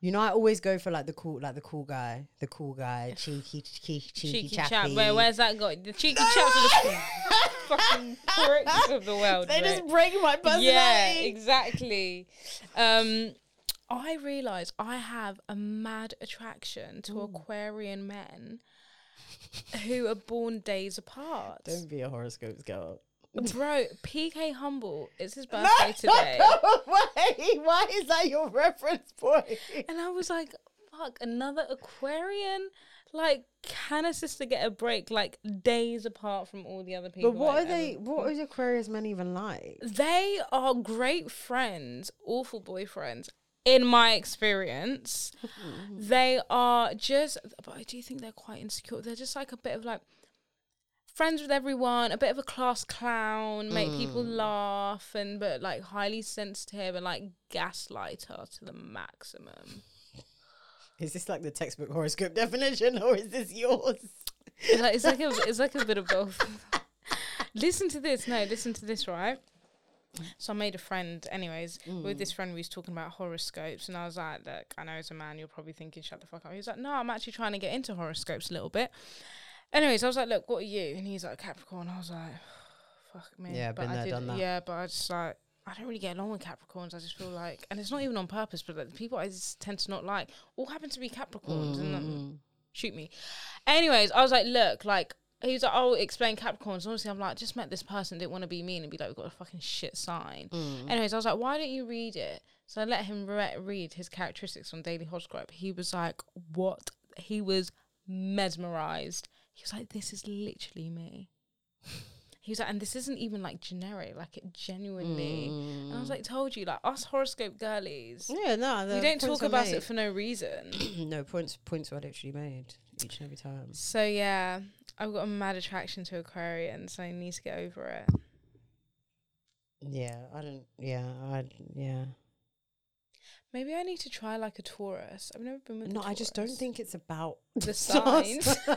You know, I always go for like the cool, like the cool guy, the cool guy, cheeky, cheeky, cheeky,
cheeky
chappy.
chap. Where where's that got? The cheeky chaps are the fucking pricks of the world.
They
mate.
just break my personality.
Yeah, exactly. Um, I realize I have a mad attraction to Aquarian men who are born days apart.
Don't be a horoscopes girl.
Bro, PK Humble, it's his birthday today.
Go away. Why is that your reference point?
And I was like, fuck, another Aquarian? Like, can a sister get a break like days apart from all the other people?
But what
I've
are they?
ever-
What is Aquarius men even like?
They are great friends, awful boyfriends, in my experience. they are just, but I do think they're quite insecure. They're just like a bit of like friends with everyone, a bit of a class clown, make people laugh, and but like highly sensitive and like gaslighter to the maximum.
Is this like the textbook horoscope definition, or is this yours?
It's like, it's like a it's like a bit of both. listen to this. No, listen to this. Right. So I made a friend, anyways,
Mm.
with this friend we was talking about horoscopes, and I was like, "Look, I know as a man, you're probably thinking, shut the fuck up." He was like, "No, I'm actually trying to get into horoscopes a little bit." Anyways, I was like, "Look, what are you?" And he's like, "Capricorn." I was like, "Fuck me."
Yeah, been
I
there,
did-
done that.
Yeah, but I just like. I don't really get along with Capricorns. I just feel like, and it's not even on purpose, but like, the people I just tend to not like all happen to be Capricorns, and um,
Mm.
shoot me. Anyways, I was like, look, like he was like, oh, explain Capricorns. Honestly, I'm like, just met this person, didn't want to be mean and be like, we've got a fucking shit sign. Anyways, I was like, why don't you read it? So I let him re- read his characteristics on Daily Horoscope. He was like, what? He was mesmerized. He was like, this is literally me. He was like, and this isn't even like generic, like it genuinely. And I was like, told you, like us horoscope girlies,
Yeah, no,
we don't talk about it for no reason.
no points. Points were literally made each and every time.
So yeah, I've got a mad attraction to Aquarians. so I need to get over it.
Yeah, I don't. Yeah, I. Yeah.
Maybe I need to try like a Taurus. I've never been with. a
No, I just don't
Taurus.
think it's about
The
star
signs.
sign.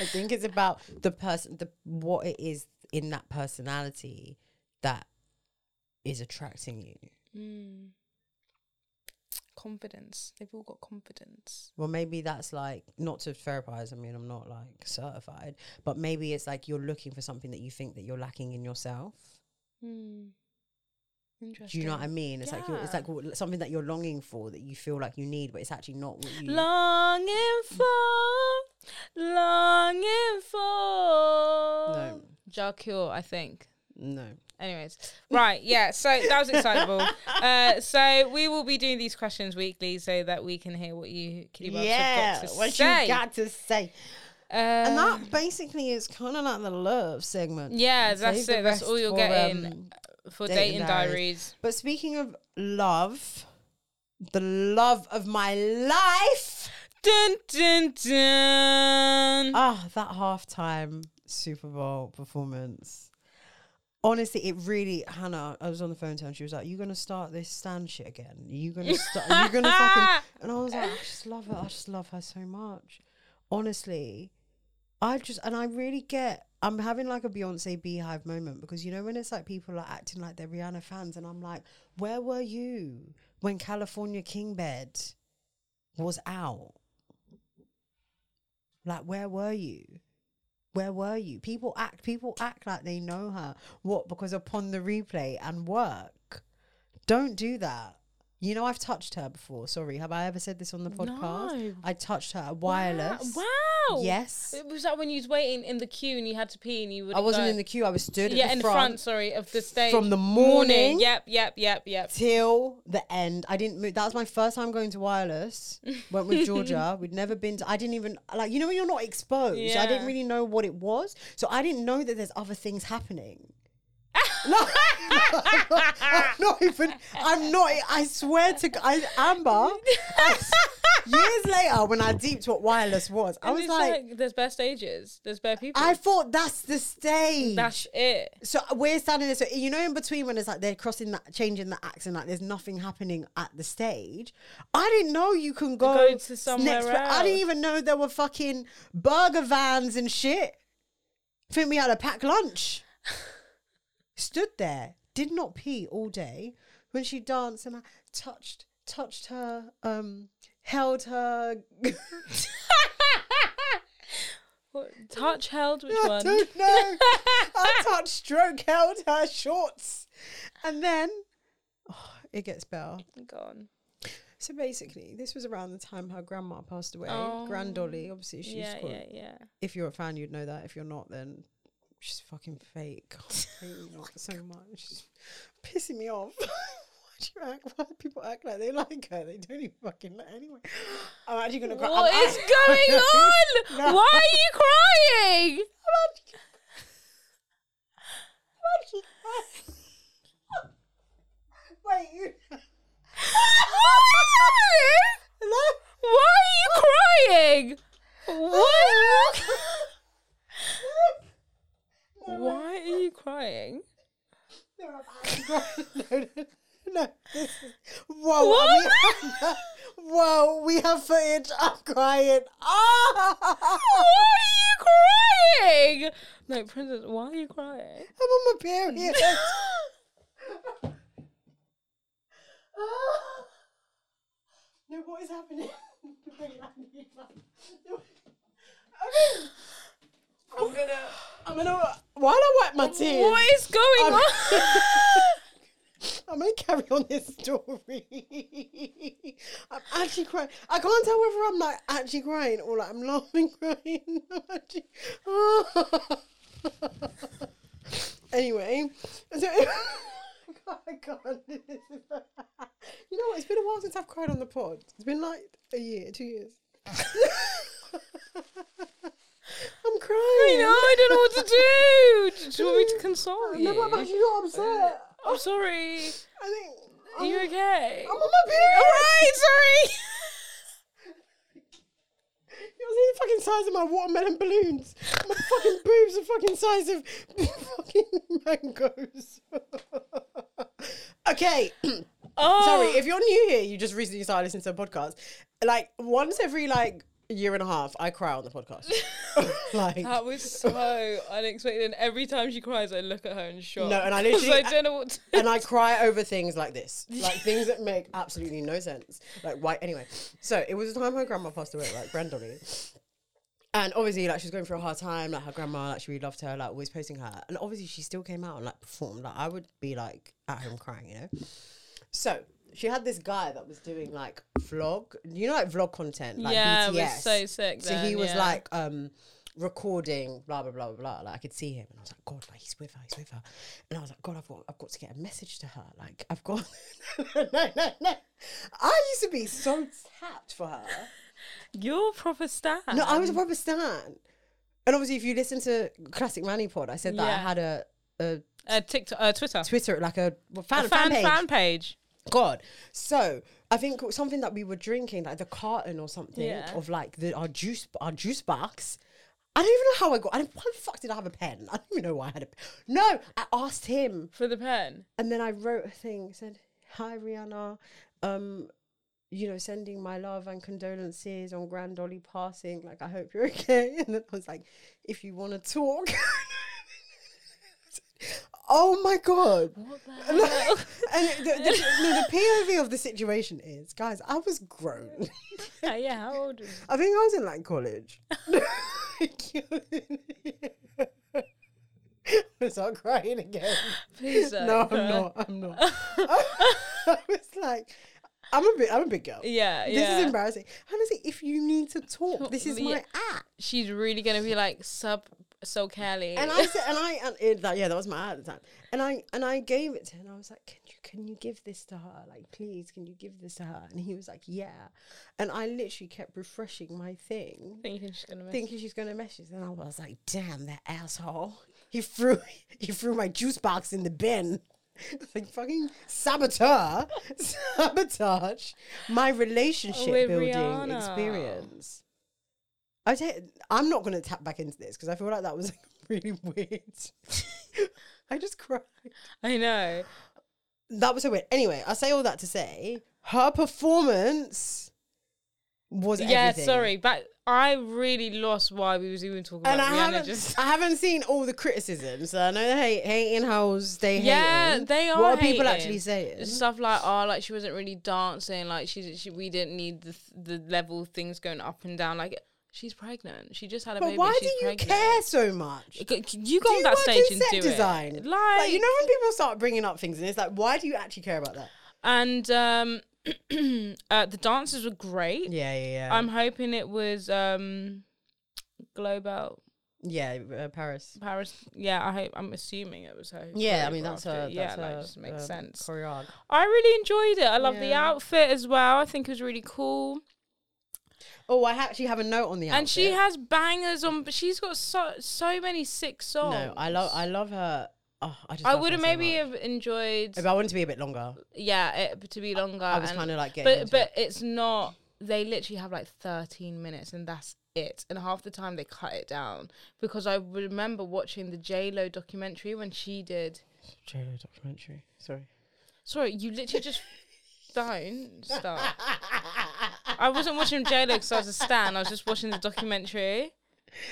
I think it's about the person, the what it is in that personality that is attracting you.
Mm. Confidence. They've all got confidence.
Well, maybe that's like not to therapize. I mean, I'm not like certified, but maybe it's like you're looking for something that you think that you're lacking in yourself.
Mm. Interesting.
Do you know what I mean? It's like you're, it's
Yeah.
like w- something that you're longing for that you feel like you need, but it's actually not what you. Mm.
Longing for, longing for.
No.
Jarcure, I think.
no,
Anyways, right, yeah. So that was excitable. uh, so we will be doing these questions weekly so that we can hear what you kitty bubs have got to
what
say.
you got to say?
Uh,
and that basically is kind of like the love segment.
yeah,
Save
that's
the
it. That's
rest
all you're
for,
getting
um,
for
dating
dating,
diaries.
diaries.
But speaking of love, the love of my life.
Dun dun dun.
Ah, that halftime Super Bowl performance. Honestly, it really Hannah. I was on the phone to her and she was like, "You gonna start this stand shit again? You gonna start? You gonna fucking?" And I was like, "I just love her. I just love her so much." Honestly, I just and I really get. I'm having like a Beyonce beehive moment because you know when it's like people are acting like they're Rihanna fans, and I'm like, "Where were you when California King Bed was out?" Like, where were you? Where were you? People act people act like they know her. What? Because upon the replay and work. Don't do that. You know I've touched her before. Sorry, have I ever said this on the podcast?
No.
I touched her wireless.
Wow. wow.
Yes.
It was that when you was waiting in the queue and you had to pee and you would
I wasn't in the queue. I was stood at
yeah
the
in the
front,
front. Sorry, of the stage
from the morning.
Yep, yep, yep, yep.
till the end. I didn't move. That was my first time going to wireless. Went with Georgia. We'd never been to. I didn't even like. You know when you're not exposed. I didn't
Yeah.
really know what it was, so I didn't know that there's other things happening. no, I'm not even. I'm not. I swear to. g- I Amber. I s- years later, when I deeped what wireless was, I
And
was
it's
like,
there's bare stages, there's bare people.
I thought that's the stage.
That's it.
So uh, we're standing there. So you know, in between when it's like they're crossing that, changing the acts, and like there's nothing happening at the stage. I didn't know you can go,
Go to somewhere
next- I didn't
else.
even know there were fucking burger vans and shit. Think we had a packed lunch. Stood there, did not pee all day. When she danced, and I touched, touched her, um, held her.
What, touch held, which
I
one?
don't know. I touched, stroke, held her shorts, and then oh, it gets better.
Gone.
So basically, this was around the time her grandma passed away.
Oh.
Grand Dolly, obviously, she's
yeah,
called.
yeah, yeah.
If you're a fan, you'd know that. If you're not, then she's fucking fake. God, I hate you lot so much. She's pissing me off. why do you act? Why do people act like they like her? They don't even fucking like. Anyway, I'm actually gonna cry.
What
I'm
is
act-
going on?
No.
Why are you crying?
Wait, you.
Why are you crying? What? Why are you crying?
No, I'm actually crying. no, no, no, this is- Whoa,
What?
are we- whoa, we have footage. I'm crying. Ah!
Why are you crying? No, Princess, why are you crying?
I'm on my period. Ah. no, what is happening? Wait, I need my- Okay. I'm gonna, I'm gonna, while I wipe my tears,
What is going
I'm-
on?
I'm gonna carry on this story. I'm actually crying. I can't tell whether I'm like actually crying or like I'm laughing, crying. I'm actually... anyway, so I can't. This is- you know what? It's been a while since I've cried on the pod. It's been like a year, two years. I'm crying.
No, I don't know what to do. Do you want me to console
No, but I'm
you?
actually not upset.
I'm sorry.
I think.
Are you okay?
I'm on my period.
Alright, sorry.
You see the fucking size of my watermelon balloons. My fucking boobs are fucking size of fucking mangoes. okay,
Oh,
sorry. If you're new here, you just recently started listening to a podcast. Like once every like year and a half, I cry on the podcast. like
that was so unexpected. And every time she cries, I look at her in shock.
No, and I
'Cause
literally-
I don't know what to
and I cry over things like this, like things that make absolutely no sense. Like why? Anyway, so it was the time her grandma passed away, like Brandolly. And obviously, like she was going through a hard time. Like her grandma, like she really loved her. Like always posting her. And obviously, she still came out and like performed. Like I would be like at home crying, you know. So she had this guy that was doing like vlog, you know, like vlog content, like
Yeah, it was
BTS.
so sick
so he
then,
was
yeah.
like um recording, blah blah blah blah blah. Like I could see him, and I was like, God, like he's with her, he's with her. And I was like, God, I've got, I've got to get a message to her. Like I've got, no, no, no. I used to be so tapped for her.
You're proper stan. Um,
No, I was a proper stan. And obviously, if you listen to Classic Manny Pod, I said that I
Yeah.
had a, a
Uh, TikTok, uh, Twitter.
Twitter, like a well, fan,
A
fan, page.
fan page.
God. So I think something that we were drinking, like the carton or something
Yeah.
of like the, our juice, our juice box. I don't even know how I got. I don't, why the fuck did I have a pen? I don't even know why I had a pen. No, I asked him,
for the pen.
and then I wrote a thing. Said, "Hi Rihanna, um, you know, sending my love and condolences on Grand Dolly passing. Like, I hope you're okay." And then I was like, "If you want to talk." oh my god! and the, the, no, the POV of the situation is, guys, I was grown.
yeah, Uh, yeah, how old is
I think I was in like college. I start crying again.
Please uh, don't
no, I'm
cry.
not. I'm not. I was like, I'm a big, I'm a big girl.
Yeah,
This
yeah.
is embarrassing. Honestly, if you need to talk, this is my
Yeah.
app.
She's really gonna be like sub so Kelly.
And I said, and I, and it, that, yeah, that was my ad at the time. And I, and I gave it to him. I was like, can you, can you give this to her? Like, please, can you give this to her? And he was like, yeah. And I literally kept refreshing my thing,
thinking she's gonna miss.
thinking she's gonna message. And I was like, damn, that asshole. He threw, he threw my juice box in the bin. like fucking saboteur, sabotage my relationship
With
building
Rihanna.
experience. I tell you, I'm not going to tap back into this because I feel like that was really weird. I just cried.
I know.
That was so weird. Anyway, I say all that to say her performance was
yeah,
everything.
sorry, but I really lost why we was even talking
And I
about Rihanna.
haven't,
just
I haven't seen all the criticisms. So I know they hate, hating hoes. They
yeah,
hating.
they are.
What are people
hating.
actually saying?
Stuff like oh, like she wasn't really dancing. Like she, she we didn't need the the level of things going up and down. Like she's pregnant. She just had a
But
baby.
why do
she's
you
pregnant.
care so much?
C- c- You
Do
go
you
on that
work
stage
in
and
set
do
design?
it.
like you know when people start bringing up things and it's like, why do you actually care about that?
and um, uh, the dances were great.
Yeah, yeah, yeah.
I'm hoping it was um, Global
yeah, uh, Paris.
Paris. Yeah, I hope. I'm assuming it was her. who
Yeah, I mean that's
choreographed
her.
it. yeah,
that's
like,
her,
it just makes
um,
sense.
Choreog.
I really enjoyed it. I love the
Yeah.
outfit as well. I think it was really cool.
Oh, I actually have a note on the outfit.
And she has bangers on. But she's got so so many sick songs.
no. I love. I love her. Oh, I just.
I
love
would
her
have
so
maybe
much.
have enjoyed.
If I wanted to be a bit longer,
yeah, it to be longer.
I was
and-
kinda, like, getting
but
into
but it's not. They literally have like thirteen minutes, and that's it. And half the time they cut it down because I remember watching the J Lo documentary when she did.
JLo documentary. Sorry.
Sorry, you literally just don't stop. I wasn't watching J Lo because I was a stan. I was just watching the documentary.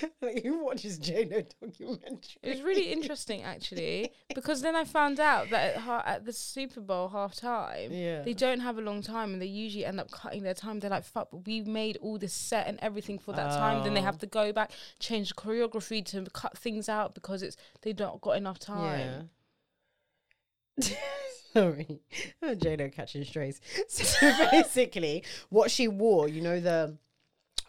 like, who watches JLo documentary?
It was really interesting, actually, because then I found out that at, ha- at the Super Bowl half time,
Yeah.
they don't have a long time and they usually end up cutting their time. They're like, fuck, but we made all this set and everything for that time. Then they
Oh.
have to go back, change the choreography to cut things out because it's they don't got enough time.
Sorry. Oh, JLo catching strays. So basically, what she wore, you know, the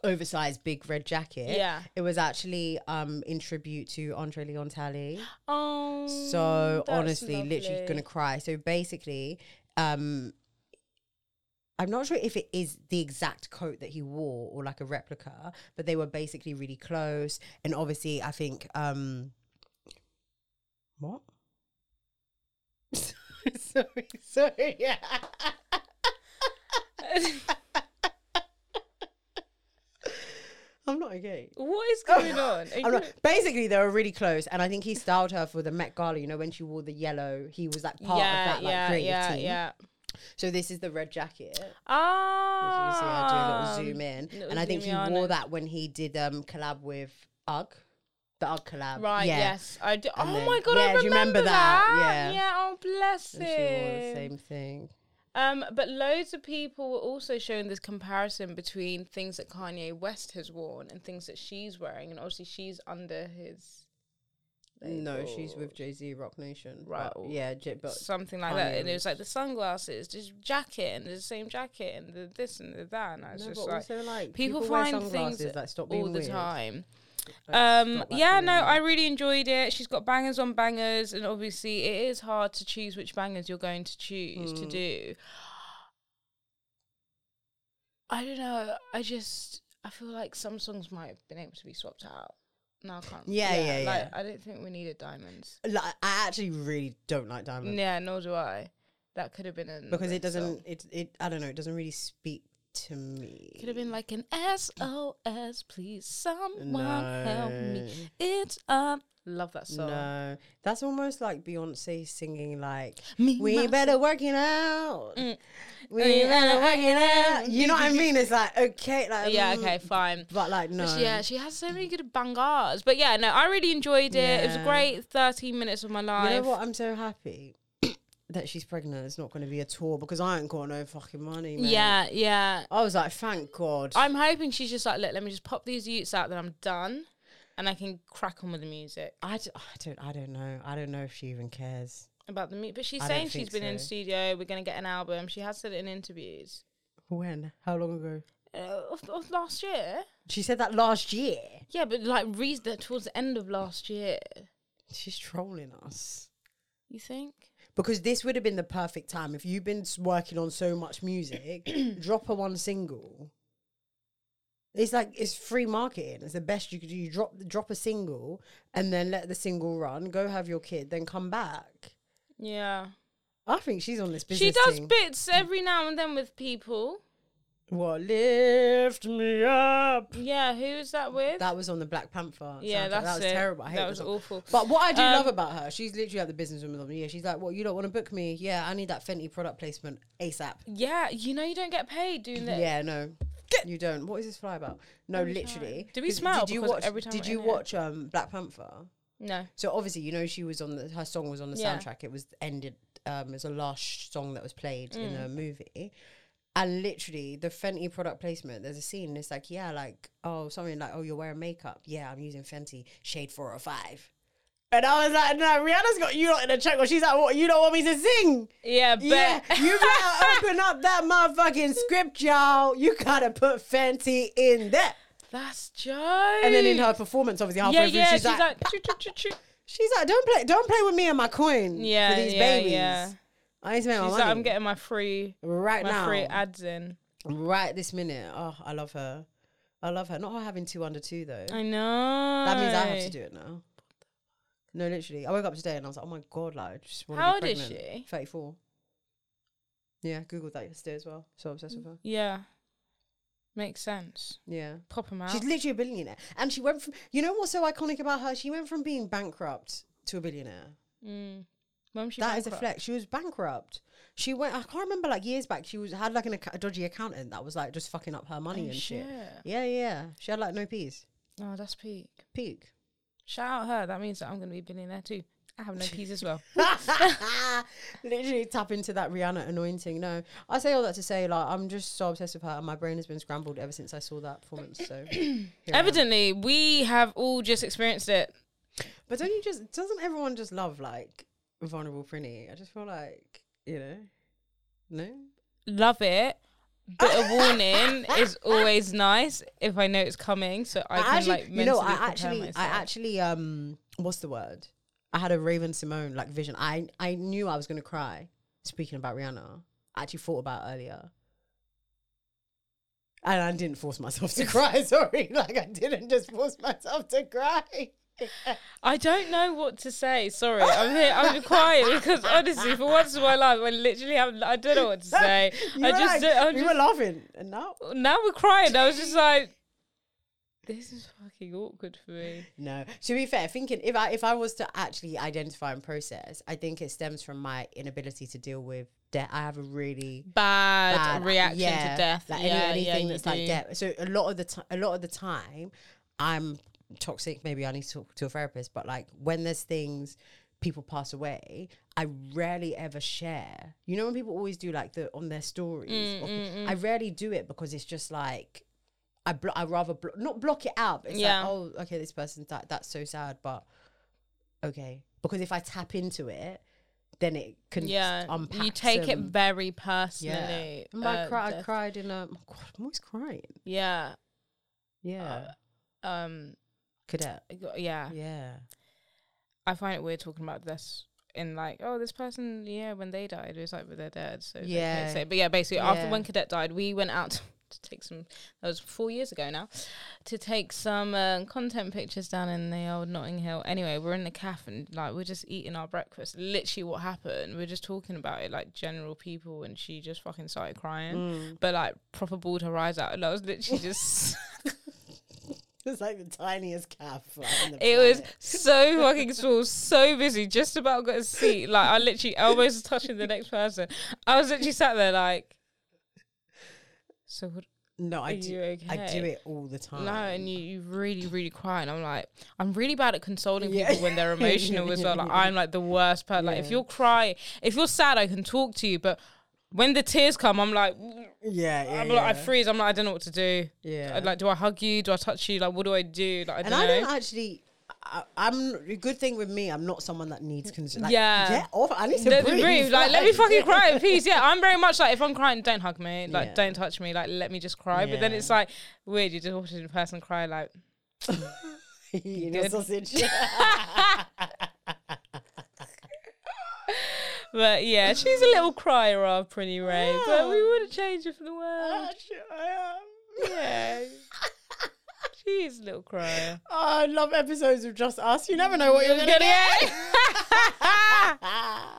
oversized big red jacket.
Yeah.
It was actually um in tribute to Andre Leon Talley.
Oh,
So
that's
honestly, literally
lovely.
gonna cry. So basically, um I'm not sure if it is the exact coat that he wore or like a replica, but they were basically really close. And obviously, I think um what? sorry, sorry, yeah. I'm not okay.
What is going on? Are
I'm
you-
not- basically, they were really close, and I think he styled her for the Met Gala. You know, when she wore the yellow, he was like part
yeah,
of that like
yeah,
creative
yeah,
team.
yeah.
So this is the red jacket. As you see,
Ah,
I do a little zoom in,
little
and I think he
zoomy on
wore
and-
that when he did um collab with UGG, the UGG collab.
Right.
Yeah.
Yes, I do.
And
oh
then-
my god, I
yeah,
remember,
do you remember that?
that.
Yeah.
Yeah. Oh, bless
And she wore the
him.
same thing.
Um, but loads of people were also showing this comparison between things that Kanye West has worn and things that she's wearing, and obviously she's under his
No, she's with
label,
Jay Z, Rock Nation.
Right,
but-
or
yeah, J- but uh,
something like that, and it was like the sunglasses, this jacket, and the same jacket, and the this and the that, and I was
No,
just
but
like,
also, like,
people,
people wear
find things
sunglasses, like, stop
all
being
the
weird.
time.
Like,
Um,
stop that
yeah,
for
no,
me.
I really enjoyed it. She's got bangers on bangers, and obviously it is hard to choose which bangers you're going to choose
Hmm.
to do. I don't know. I just I feel like some songs might have been able to be swapped out. No, I can't.
Yeah,
Like,
yeah, yeah.
I don't think we needed diamonds.
Like, I actually really don't like diamonds
Yeah, nor do I. That could have been an
because it doesn't. It it I don't know. It doesn't really speak to me.
Could have been like an SOS, please someone help
No.
me. It's um, love that song.
No, that's almost like Beyonce singing like
Me,
we
myself."
better working out. Mm. We
Yeah.
better working out. You know what I mean? It's like okay, like
Yeah,
mm,
okay, fine.
but like no,
But she- yeah, she has so many good bangers. But yeah, no, I really enjoyed it. It was a
Yeah.
great 13 minutes of my
you know
life.
what? I'm so happy that she's pregnant. It's not going to be a tour because I ain't got no fucking money. Man.
yeah, yeah.
I was like, thank God.
I'm hoping she's just like, look, let me just pop these utes out, then I'm done, and I can crack on with the music
I, d- I don't I don't know. I don't know if she even cares.
about the meat. But she's
I don't
saying she's been
think
in
so.
studio. We're gonna get an album. She has said it in interviews.
When? How long ago?
Uh, of- of last year.
She said that last year.
Yeah, but like re- that towards the end of last year.
She's trolling us.
You think?
because this would have been the perfect time if you've been s- working on so much music drop a one single it's like it's free marketing it's the best you could do you drop drop a single and then let the single run go have your kid then come back
Yeah.
i think she's on this business
She does
thing.
bits every now and then with people.
what lift me up
Yeah, who is that with?
that was on the black panther
Yeah,
soundtrack. that
that's
was
it.
terrible i hate
That
the
was
song.
awful.
but what i do
Um,
love about her she's literally at the businesswoman of the year she's like what you don't want to book me yeah i need that fenty product placement asap
yeah, you know you don't get paid doing that.
Yeah, no. You don't. What is this fly about? No, literally.
Do we
'Cause
smell?
Did you
Because
watch?
every time
did
we're
you
in here-
watch um, Black Panther?
No.
So obviously, you know, she was on the her song was on the
Yeah.
soundtrack. It was ended. Um, it was the last song that was played in
Mm.
the movie. And literally, the Fenty product placement. There's a scene. It's like, yeah, like oh, something like oh, you're wearing makeup. Yeah, I'm using Fenty shade four or five. And I was like, no, Rihanna's got you lot in a check. Or she's like, what? You don't want me to sing?
Yeah, but
Yeah, you gotta open up that motherfucking script, y'all. You gotta put Fenty in that.
that's Joe.
And then in her performance, obviously halfway
Mm. yeah,
through,
yeah,
she's, like,
choo, choo, choo, choo.
she's like, don't play, don't play with me and my coin
Yeah,
for these
yeah,
babies.
yeah.
I need to make my
She's
money.
like, I'm getting my free,
right
my
now,
free ads in.
right this minute. Oh, I love her. I love her. Not her having two under two though.
I know.
That means I have to do it now. No, literally. I woke up today and I was like, oh my god, like I just want to
How old
be
is
pregnant.
she?
Thirty four. Yeah, googled that yesterday as well. So obsessed with her.
Yeah, makes sense.
Yeah.
Pop them out.
She's literally a billionaire. And she went from, you know what's so iconic about her? She went from being bankrupt to a billionaire.
mm. When was she
That is a
bankrupt?
flex. She was bankrupt. She went, I can't remember, like years back, she was had like an, acc- a dodgy accountant that was like just fucking up her money
Oh,
and shit.
shit.
Yeah, yeah. She had like no peas.
Oh, that's peak.
Peak.
Shout out her. That means that I'm going to be a billionaire too. I have no keys as well.
literally tap into that Rihanna anointing. No, I say all that to say, like, I'm just so obsessed with her and my brain has been scrambled ever since I saw that performance. So, here I am.
Evidently, we have all just experienced it.
But don't you just doesn't everyone just love like vulnerable Prinny? I just feel like you know, no.
Love it. But a warning is always nice if I know it's coming, so I, can like mentally
you know, I
prepare
actually,
myself.
I actually, um, what's the word? I had a Raven Simone like vision. I I knew I was gonna cry. Speaking about Rihanna, I actually thought about it earlier. And I didn't force myself to cry. Sorry, like I didn't just force myself to cry.
I don't know what to say. Sorry, I'm here. I'm quiet because honestly, for once in my life, I literally have. I don't know what to say.
You
I
were
just,
like-
don't- I'm
we
just
were laughing, and now
now we're crying. I was just like, this is fucking awkward for me.
No. To be fair, thinking if I if I was to actually identify and process, I think it stems from my inability to deal with death. I have a really
Bad,
bad
reaction
yeah,
to death.
Like
yeah,
any,
yeah,
anything
you
that's
do.
like death. So a lot of the time, a lot of the time, I'm toxic. Maybe I need to talk to a therapist. But like when there's things. People pass away. I rarely ever share. You know when people always do like the on their stories.
Mm,
of- I rarely do it because it's just like I blo- I rather blo- not block it out. But it's
Yeah.
like, oh, okay, this person's that that's so sad, but okay, because if I tap into it, then it can
Yeah,
unpack.
you take it
some-
very
Yeah,
personally.
And I,
uh,
cri- I
death.
cried in a. Oh God, I'm always crying.
Yeah. Uh,
Yeah,
Um.
cadet.
Yeah.
Yeah,
I find it weird talking about this in like, oh, this person, yeah, when they died, it was like, but they're dead, so yeah.
Yeah.
Say. But yeah, basically, after
Yeah.
when Cadet died, we went out. to take some. That was four years ago now. To take some um, content pictures down in the old Notting Hill. Anyway, we're in the cafe and like we're just eating our breakfast. Literally, what happened? We're just talking about it, like general people, and she just fucking started crying. But like proper bawled her eyes out, and I was literally just.
It's like the tiniest calf. like, on the
It was
planet.
so fucking small, so busy, just about got a seat. Like I literally elbows was touching the next person. I was literally sat there like So what
No, I
Are
do.
you
I do
okay?
it all the time.
no, and you, you really, really cry, and I'm like, I'm really bad at consoling people when they're emotional as well. Like I'm like the worst part. Like if you're crying, if you're sad, I can talk to you, but when the tears come, I'm like,
yeah, yeah,
I'm like, I
yeah.
freeze. I'm like, I don't know what to do.
Yeah.
I'd like, do I hug you? Do I touch you? Like, what do I do? Like, I
and
don't
I
know.
don't actually. I, I'm the good thing with me. I'm not someone that needs concern. Like,
Yeah.
get off. I need to
Let me
breathe.
breathe. Like, let me fucking cry in peace. Yeah, I'm very much like, if I'm crying, don't hug me. Like,
Yeah.
don't touch me. Like, let me just cry. But then
Yeah.
it's like weird. You're just watching a person cry. Like,
Eating a
Good.
sausage.
but yeah, she's a little crier, our Pretty Ray. But we wouldn't change her for the world.
Uh.
Yeah. She's a little crier.
Oh, I love episodes of Just Us. You never know what you're, gonna get.
oh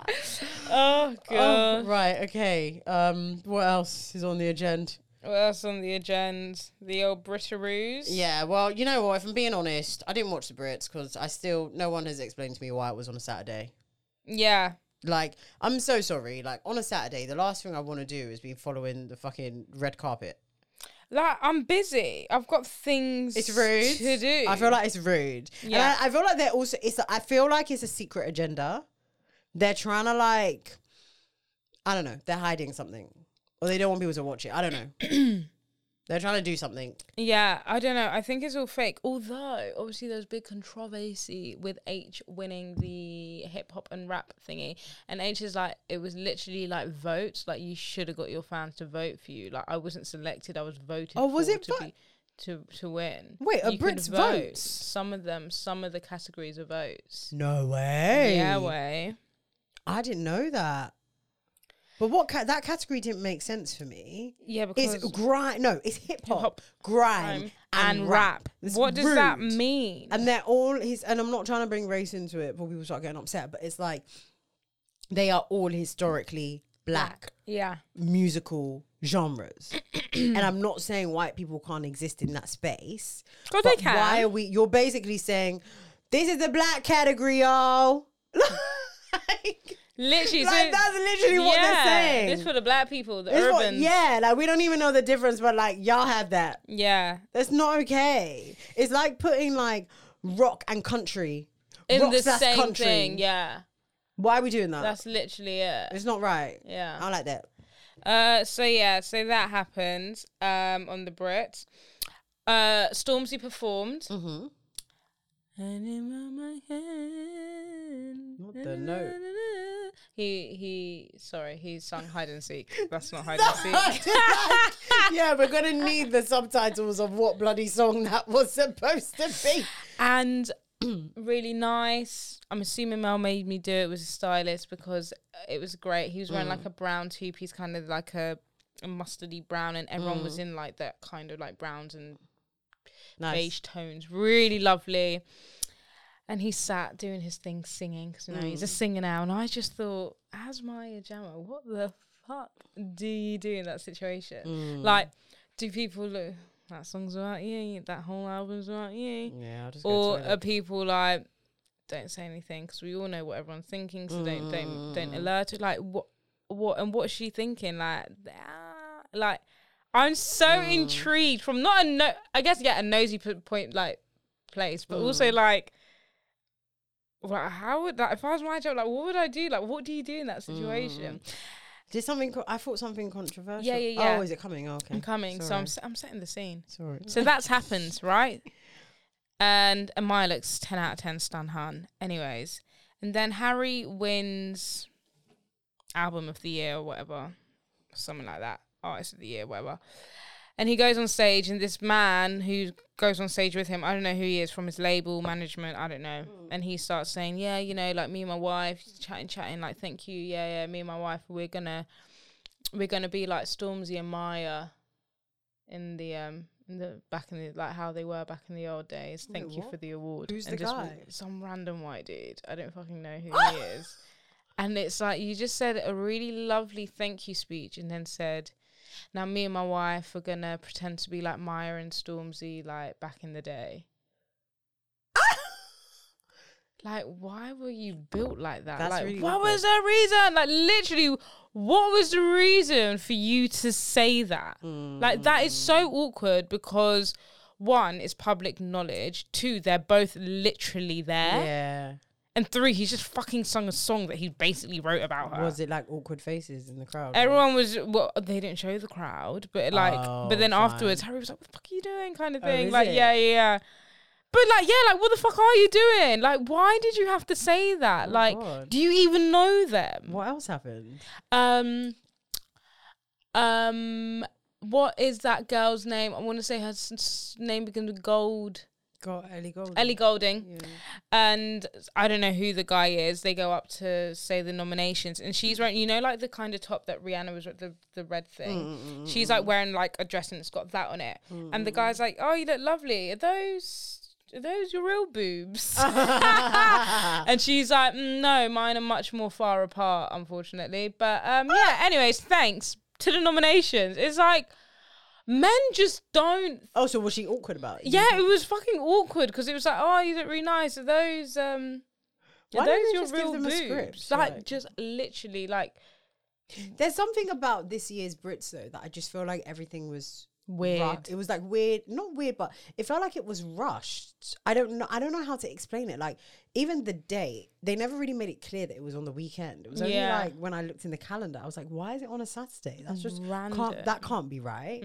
Oh,
god.
right. Okay. Um, what else is on the agenda?
What else on the agenda? The old Britaroos.
Yeah. Well, you know what? If I'm being honest, I didn't watch the Brits because I still no one has explained to me why it was on a Saturday.
Yeah.
Like, I'm so sorry. Like on a Saturday, the last thing I want to do is be following the fucking red carpet.
Like I'm busy. I've got things.
It's rude.
to do.
I feel like it's rude.
Yeah.
And I, I feel like they're also. It's. I feel like it's a secret agenda. They're trying to like. I don't know. They're hiding something, or they don't want people to watch it. I don't know. they're trying to do something.
Yeah, I don't know. I think it's all fake. Although, obviously, there's big controversy with H winning the hip hop and rap thingy, and H is like, it was literally like votes. Like you should have got your fans to vote for you. Like I wasn't selected. I was voted.
Oh, was
for
it
to
vo-
be to to win?
Wait, a
You could
Brit's vote?
Some of them, some of the categories are votes.
No way.
Yeah, way.
I didn't know that. But what ca- that category didn't make sense for me.
Yeah,
It's
because
grime. No, it's hip hop,
Hip-hop,
grime, and, rap. It's
What does that
rude.
mean?
And they're all his. And I'm not trying to bring race into it, before people start getting upset. But it's like they are all historically black
yeah.
musical genres. and I'm not saying white people can't exist in that space.
God,
but
they can.
Why are we? You're basically saying this is the black category, y'all. like,
Literally,
Like, that's literally what they're saying.
This for the black people, the
It's what-
urban.
yeah, like we don't even know the difference, but like y'all have that.
yeah.
That's not okay. It's like putting like rock and country
In
rock
the
slash
same
country.
thing, yeah.
Why are we doing that?
That's literally it.
it's not right.
Yeah.
I like that.
Uh, so yeah, so that happened um on the Brits. Uh, Stormzy performed.
Mm-hmm.
And in my hand.
Not the note.
He he. Sorry, he sung hide and seek. That's not hide and seek.
yeah, we're gonna need the subtitles of what bloody song that was supposed to be.
and really nice. I'm assuming Mel made me do it with a stylist because it was great. He was wearing like a brown two piece, kind of like a, a mustardy brown, and everyone was in like that kind of like browns and beige tones. Really lovely. And he sat doing his thing, singing because you know he's a
Mm.
singer now. And I just thought, as Maya Jama, what the fuck do you do in that situation?
Mm.
Like, do people look? That song's about you. That whole album's about you
Yeah, I'll just
or are people like don't say anything because we all know what everyone's thinking so don't don't
Mm.
don't alert it like what what and what's she thinking like ah, like i'm so intrigued from not a no i guess yeah a nosy p- point like place but also like well, how would that if I was my job? Like, what would I do? Like, what do you do in that situation?
Did something? Co- I thought something controversial.
Yeah, yeah, yeah.
Oh, is it coming? Oh, okay,
I'm coming, so I'm
Sorry.
s- I'm setting the scene.
sorry.
So that's happened, right? And Amaya looks 10 out of 10 Stan Han. Anyways. And then Harry wins Album of the Year or whatever. Something like that. Artist of the Year, whatever. And he goes on stage, and this man who goes on stage with him, I don't know who he is from his label, management, I don't know.
Mm.
And he starts saying, Yeah, you know, like me and my wife, chatting, chatting, like, thank you. Yeah, yeah, me and my wife, we're gonna, we're gonna be like Stormzy and Maya in the um in the back in the like how they were back in the old days. Thank you
what?
for the award.
Who's the
just w-
guy?
Some random white dude. I don't fucking know who he is. And it's like you just said a really lovely thank you speech, and then said, "Now me and my wife are gonna pretend to be like Maya and Stormzy, like back in the day." Like, why were you built like that?
That's
like,
really
what
awkward.
was the reason? Like, literally, what was the reason for you to say that? Like, that is so
Mm.
awkward because one, it's public knowledge. Two, they're both literally there.
Yeah.
And three, he's just fucking sung a song that he basically wrote about her.
Was it like awkward faces in the crowd?
Everyone was well. They didn't show the crowd, but like,
Oh,
but then
fine.
afterwards, Harry was like, "What the fuck are you doing?" Kind of
Oh,
thing.
is
like,
it?
yeah, yeah, yeah. But like, yeah, like, what the fuck are you doing? Like, why did you have to say that?
Oh,
like,
God.
do you even know them?
What else happened?
Um, um, what is that girl's name? I want to say her s- s- name begins with gold.
Got Ellie Gold.
Ellie Golding. And I don't know who the guy is. They go up to say the nominations, and she's wearing, you know, like the kind of top that Rihanna was the the red thing. She's like wearing like a dress and it's got that on it. And the guy's like, "Oh, you look lovely. Are those?" Are those your real boobs? and she's like, "Mm, no, mine are much more far apart, unfortunately. But um, yeah, anyways, thanks to the nominations. It's like men just don't
Oh, so was she awkward about it?
yeah, it was fucking awkward because it was like, oh, you look really nice. Are those um?
Why
are those
don't they
your
just give
real
them a
boobs?
script,
like,
like-
just literally like
There's something about this year's Brits though that I just feel like everything was
weird.
ru- It was like weird, not weird, but it felt like it was rushed. I don't know. I don't know how to explain it. Like even the day, they never really made it clear that it was on the weekend. It was only
Yeah.
like when I looked in the calendar, I was like, why is it on a Saturday? That's just
Random. Mm.
Can't, that can't be right.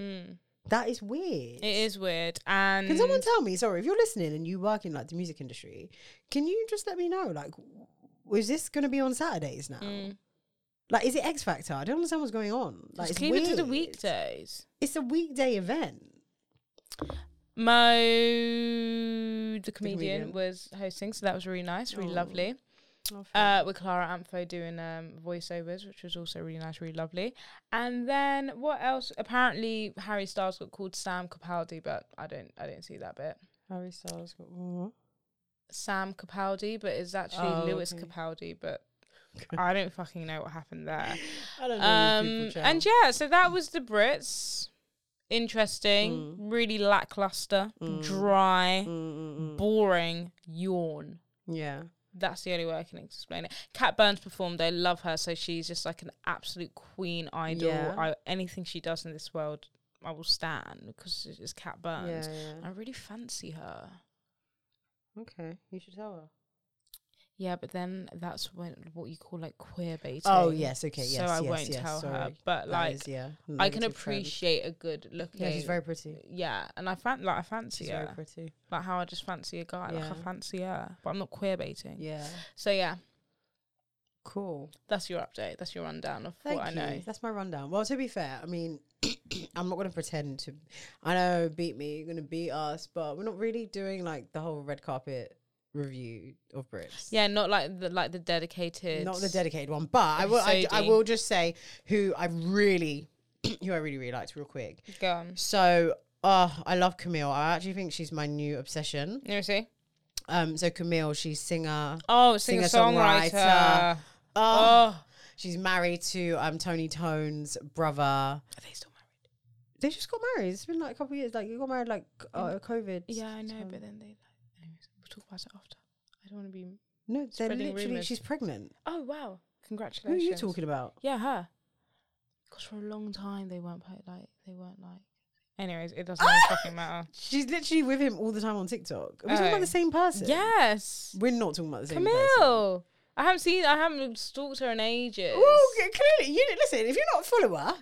That is weird.
It is weird. And
Can someone tell me? Sorry, if you're listening and you work in like the music industry, can you just let me know? Like, w- is this going to be on Saturdays now? Like, is it X Factor? I don't understand what's going on.
Mm.
Like,
just
it's
keep it to the
weird.
weekdays.
It's a weekday event.
Mo, the comedian,
comedian. Oh.
was hosting, so that was really nice, really lovely. Uh, with Clara Ampho doing um, voiceovers, which was also really nice, really lovely. And then what else? Apparently, Harry Styles got called Sam Capaldi, but I don't, I don't see that bit.
Harry Styles got.
Sam Capaldi, but it's actually
Oh,
Lewis
okay.
Capaldi, but I don't fucking know what happened there.
I don't know. these
um,
people,
and
child.
yeah, so that was the Brits. Interesting,
Mm.
really lackluster, dry,
mm.
boring, yawn.
yeah.
That's the only way I can explain it. Kat Burns performed. I love her, so she's just like an absolute queen idol.
Yeah.
I, anything she does in this world, I will stand because it's Kat Burns.
yeah.
I really fancy her.
Okay, you should tell her.
Yeah, but then that's when what you call like queer baiting.
Oh yes, okay, yes,
so I
yes,
won't
yes,
tell her.
sorry.
But
That
like,
is, yeah,
I can
negative trend.
appreciate a good looking.
Yeah, she's very pretty.
Yeah, and I fan like I fancy
She's
her.
very pretty.
Like how I just fancy a guy. Like I
Yeah.
fancy her, but I'm not queer baiting.
Yeah,
So yeah,
cool.
that's your update. That's your rundown of
Thank
what
you.
I know.
That's my rundown. Well, to be fair, I mean, I'm not going to pretend to. I know, beat me, you're going to beat us, but we're not really doing like the whole red carpet review of Brits.
Yeah, not like the like the dedicated.
Not the dedicated one, but I will. I, d- I
Episode-y.
will just say who I really, who I really really liked real quick.
Go on.
So, uh, I love Camille. I actually think she's my new obsession.
You see?
Um, so Camille, she's singer.
Oh, singer songwriter.
Singer-songwriter. Oh,
Oh,
she's married to um Tony Tone's brother.
are they still married?
They just got married. It's been like a couple of years. Like you got married like uh, COVID.
Mm. Yeah, I know,
time.
but then they. like Anyways, we'll talk about it after. I don't want to be.
no, they're
spreading
literally
rumours.
she's pregnant.
Oh wow!
Who are
Congratulations.
you talking about?
Yeah, her. Because for a long time they weren't po- like they weren't like. Anyways, it doesn't fucking matter.
She's literally with him all the time on TikTok. Are we talking
Oh.
about the same person?
Yes,
We're not talking about the same person.
Camille. I haven't seen. I haven't stalked her in ages.
Well, c- clearly, you listen. If you're not a follower,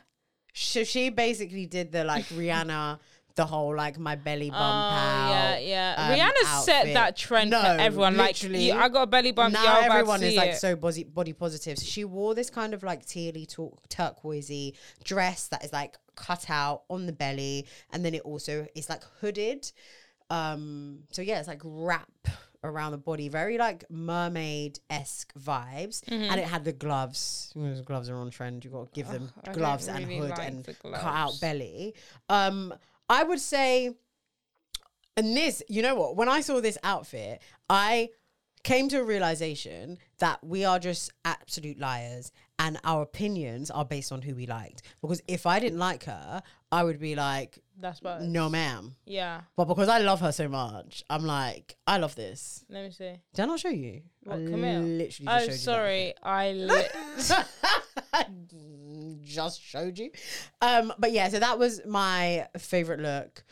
so she basically did the like Rihanna, the whole like my belly bump
Oh,
out.
yeah, yeah.
um,
Rihanna set
outfit.
that trend
No,
for everyone. Like,
literally.
you- I got a belly bump.
Now
y'all about to
everyone is
see
like
it.
so body body positive. So she wore this kind of like tealy tur- turquoisey dress that is like cut out on the belly, and then it also is like hooded. Um, so yeah, it's like wrap around the body, very like mermaid esque vibes,
Mm-hmm.
and it had the gloves. You know, those gloves are on trend. You got to give them
I don't
gloves and
really
hood
like
and
the
cut out
gloves.
belly. Um, I would say, and this, you know what? When I saw this outfit, I came to a realization that we are just absolute liars and our opinions are based on who we liked. Because if I didn't like her, I would be like,
That's what.
no, ma'am.
Yeah.
But because I love her so much, I'm like, I love this.
Let me see.
Did I not show you?
What,
I
Camille?
literally
Oh,
just showed
sorry. I li-
you. That. just showed you. Um, but yeah, so that was my favorite look.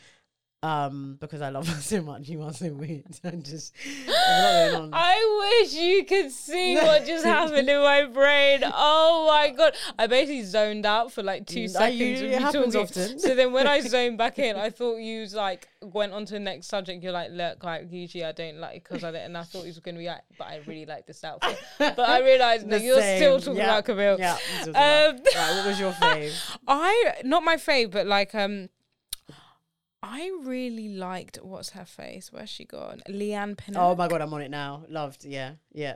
Um, because I love her so much. You are so weird. I'm just there's a lot going on.
I wish you could see what just happened in my brain. Oh my god! I basically zoned out for like two
Mm, I
seconds.
usually-
when
it
you
happens
talking.
often.
So then when I zoned back in, I thought you like went on to the next subject. You're like, look, like usually I don't like because I didn't. And I thought you was gonna be like, but I really like this outfit. But I realized no,
The
you're still
same.
talking
Yeah.
about Camille.
Yeah, I'm still talking
Um,
about- right, what was your fave?
I not my fave, but like um, I really liked what's her face? Where's she gone? Leanne Pinnock.
Oh my god, I'm on it now. Loved, yeah, yeah.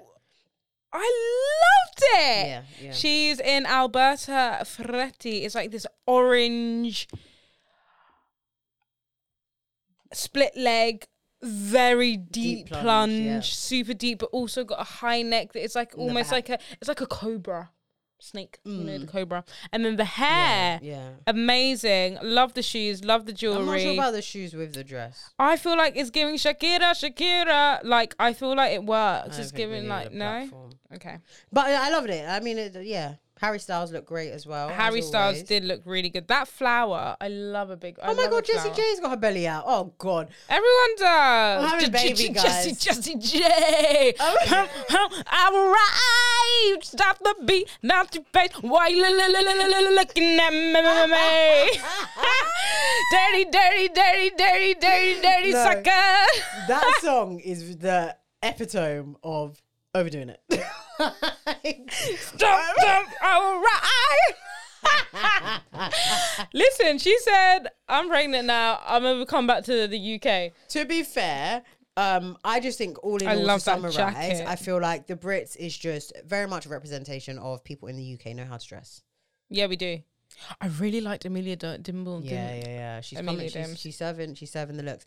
I loved it.
Yeah, yeah.
She's in Alberta Ferretti. It's like this orange split leg, very deep, plunge,
plunge, yeah.
super deep, but also got a high neck that is like
the
almost like
back. Mm.
a it's like a cobra snake, you know, the cobra. And then the hair.
yeah.
Amazing. Love the shoes, love the jewelry.
I'm not sure about the shoes with the dress.
I feel like it's giving Shakira, Shakira. Like I feel like it works.
I
It's
don't think we
giving
need
like
a
no.
platform.
Okay.
But I loved it. I mean, it, yeah. Harry Styles looked great as well.
Harry
as
Styles
always.
did look really good. That flower, I love a big. I
Oh my
love a
god, Jessie
flower.
J's got her belly out. Oh god.
Everyone does.
I'm having a
J-
baby,
J- Jessie,
guys. Oh,
Jessie J. Hum, hum, I arrived. Stop the beat. Not your face. Why you lo- lo- lo- lo- lo- lo- looking at me? me- me- me? dirty, dirty, dirty, dirty, dirty, dirty
No.
sucker.
That song is the epitome of overdoing it.
Jump, jump, all right. Listen, she said, I'm pregnant now. I'm going to come back to the UK.
to be fair, um, I just think all in
I
all,
love
to
that
summarize,
jacket.
I feel like the Brits is just very much a representation of people in the UK know how to dress.
Yeah, we do. I really liked Amelia D- Dimble.
Yeah, yeah, yeah. She's
Amelia
coming. She's,
Dems.
she's serving. She's serving the looks.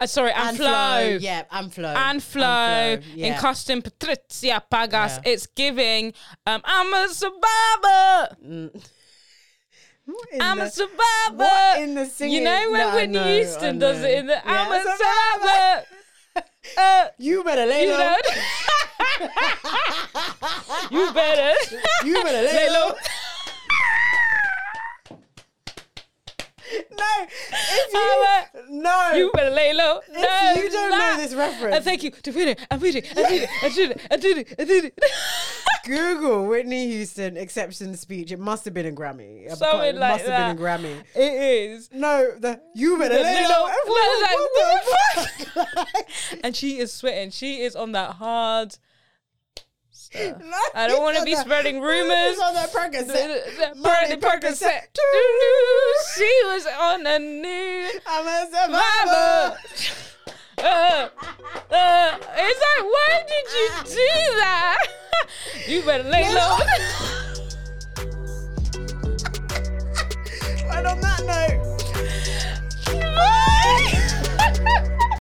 Uh, sorry, and, Flo.
Yeah, and Flo.
And Flo, in
yeah.
costume Patricia Pagas.
Yeah.
It's giving, um, I'm a survivor.
What in
I'm a
the-
survivor.
What in the
You
singing?
know when
No, I
Whitney
know, I
Houston does
know.
it in the,
Yeah,
I'm a
survivor.
survivor. uh,
You better lay
you
low.
know? you better.
You better lay, low. no, if you, no,
You better lay low. No,
you don't know
not.
this reference-
and thank you to Peter and Peter and Peter and Peter and Peter and Peter.
Google Whitney Houston acceptance speech. It must have been a Grammy.
Something
it
like
must have been a
that.
Grammy.
It is.
No, the you better lay
Lay
low.
low.
Everyone-
And she is sweating. She is on that hard.
No,
I don't want to
it's
be
on that-
spreading rumors.
It's on that Percocet.
Brandy
Money
Percocet. Doo-doo. She was on a new
I'm a
Mama.
survivor.
Uh, uh, it's like, why did you do that? you better lay low.
And on that note.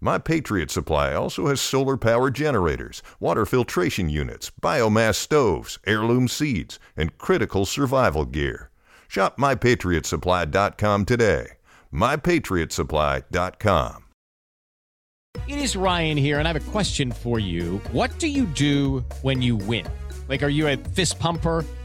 My Patriot Supply also has solar power generators, water filtration units, biomass stoves, heirloom seeds, and critical survival gear. Shop mypatriotsupply.com today. mypatriotsupply.com.
It is Ryan here, and I have a question for you. What do you do when you win? Like, are you a fist pumper?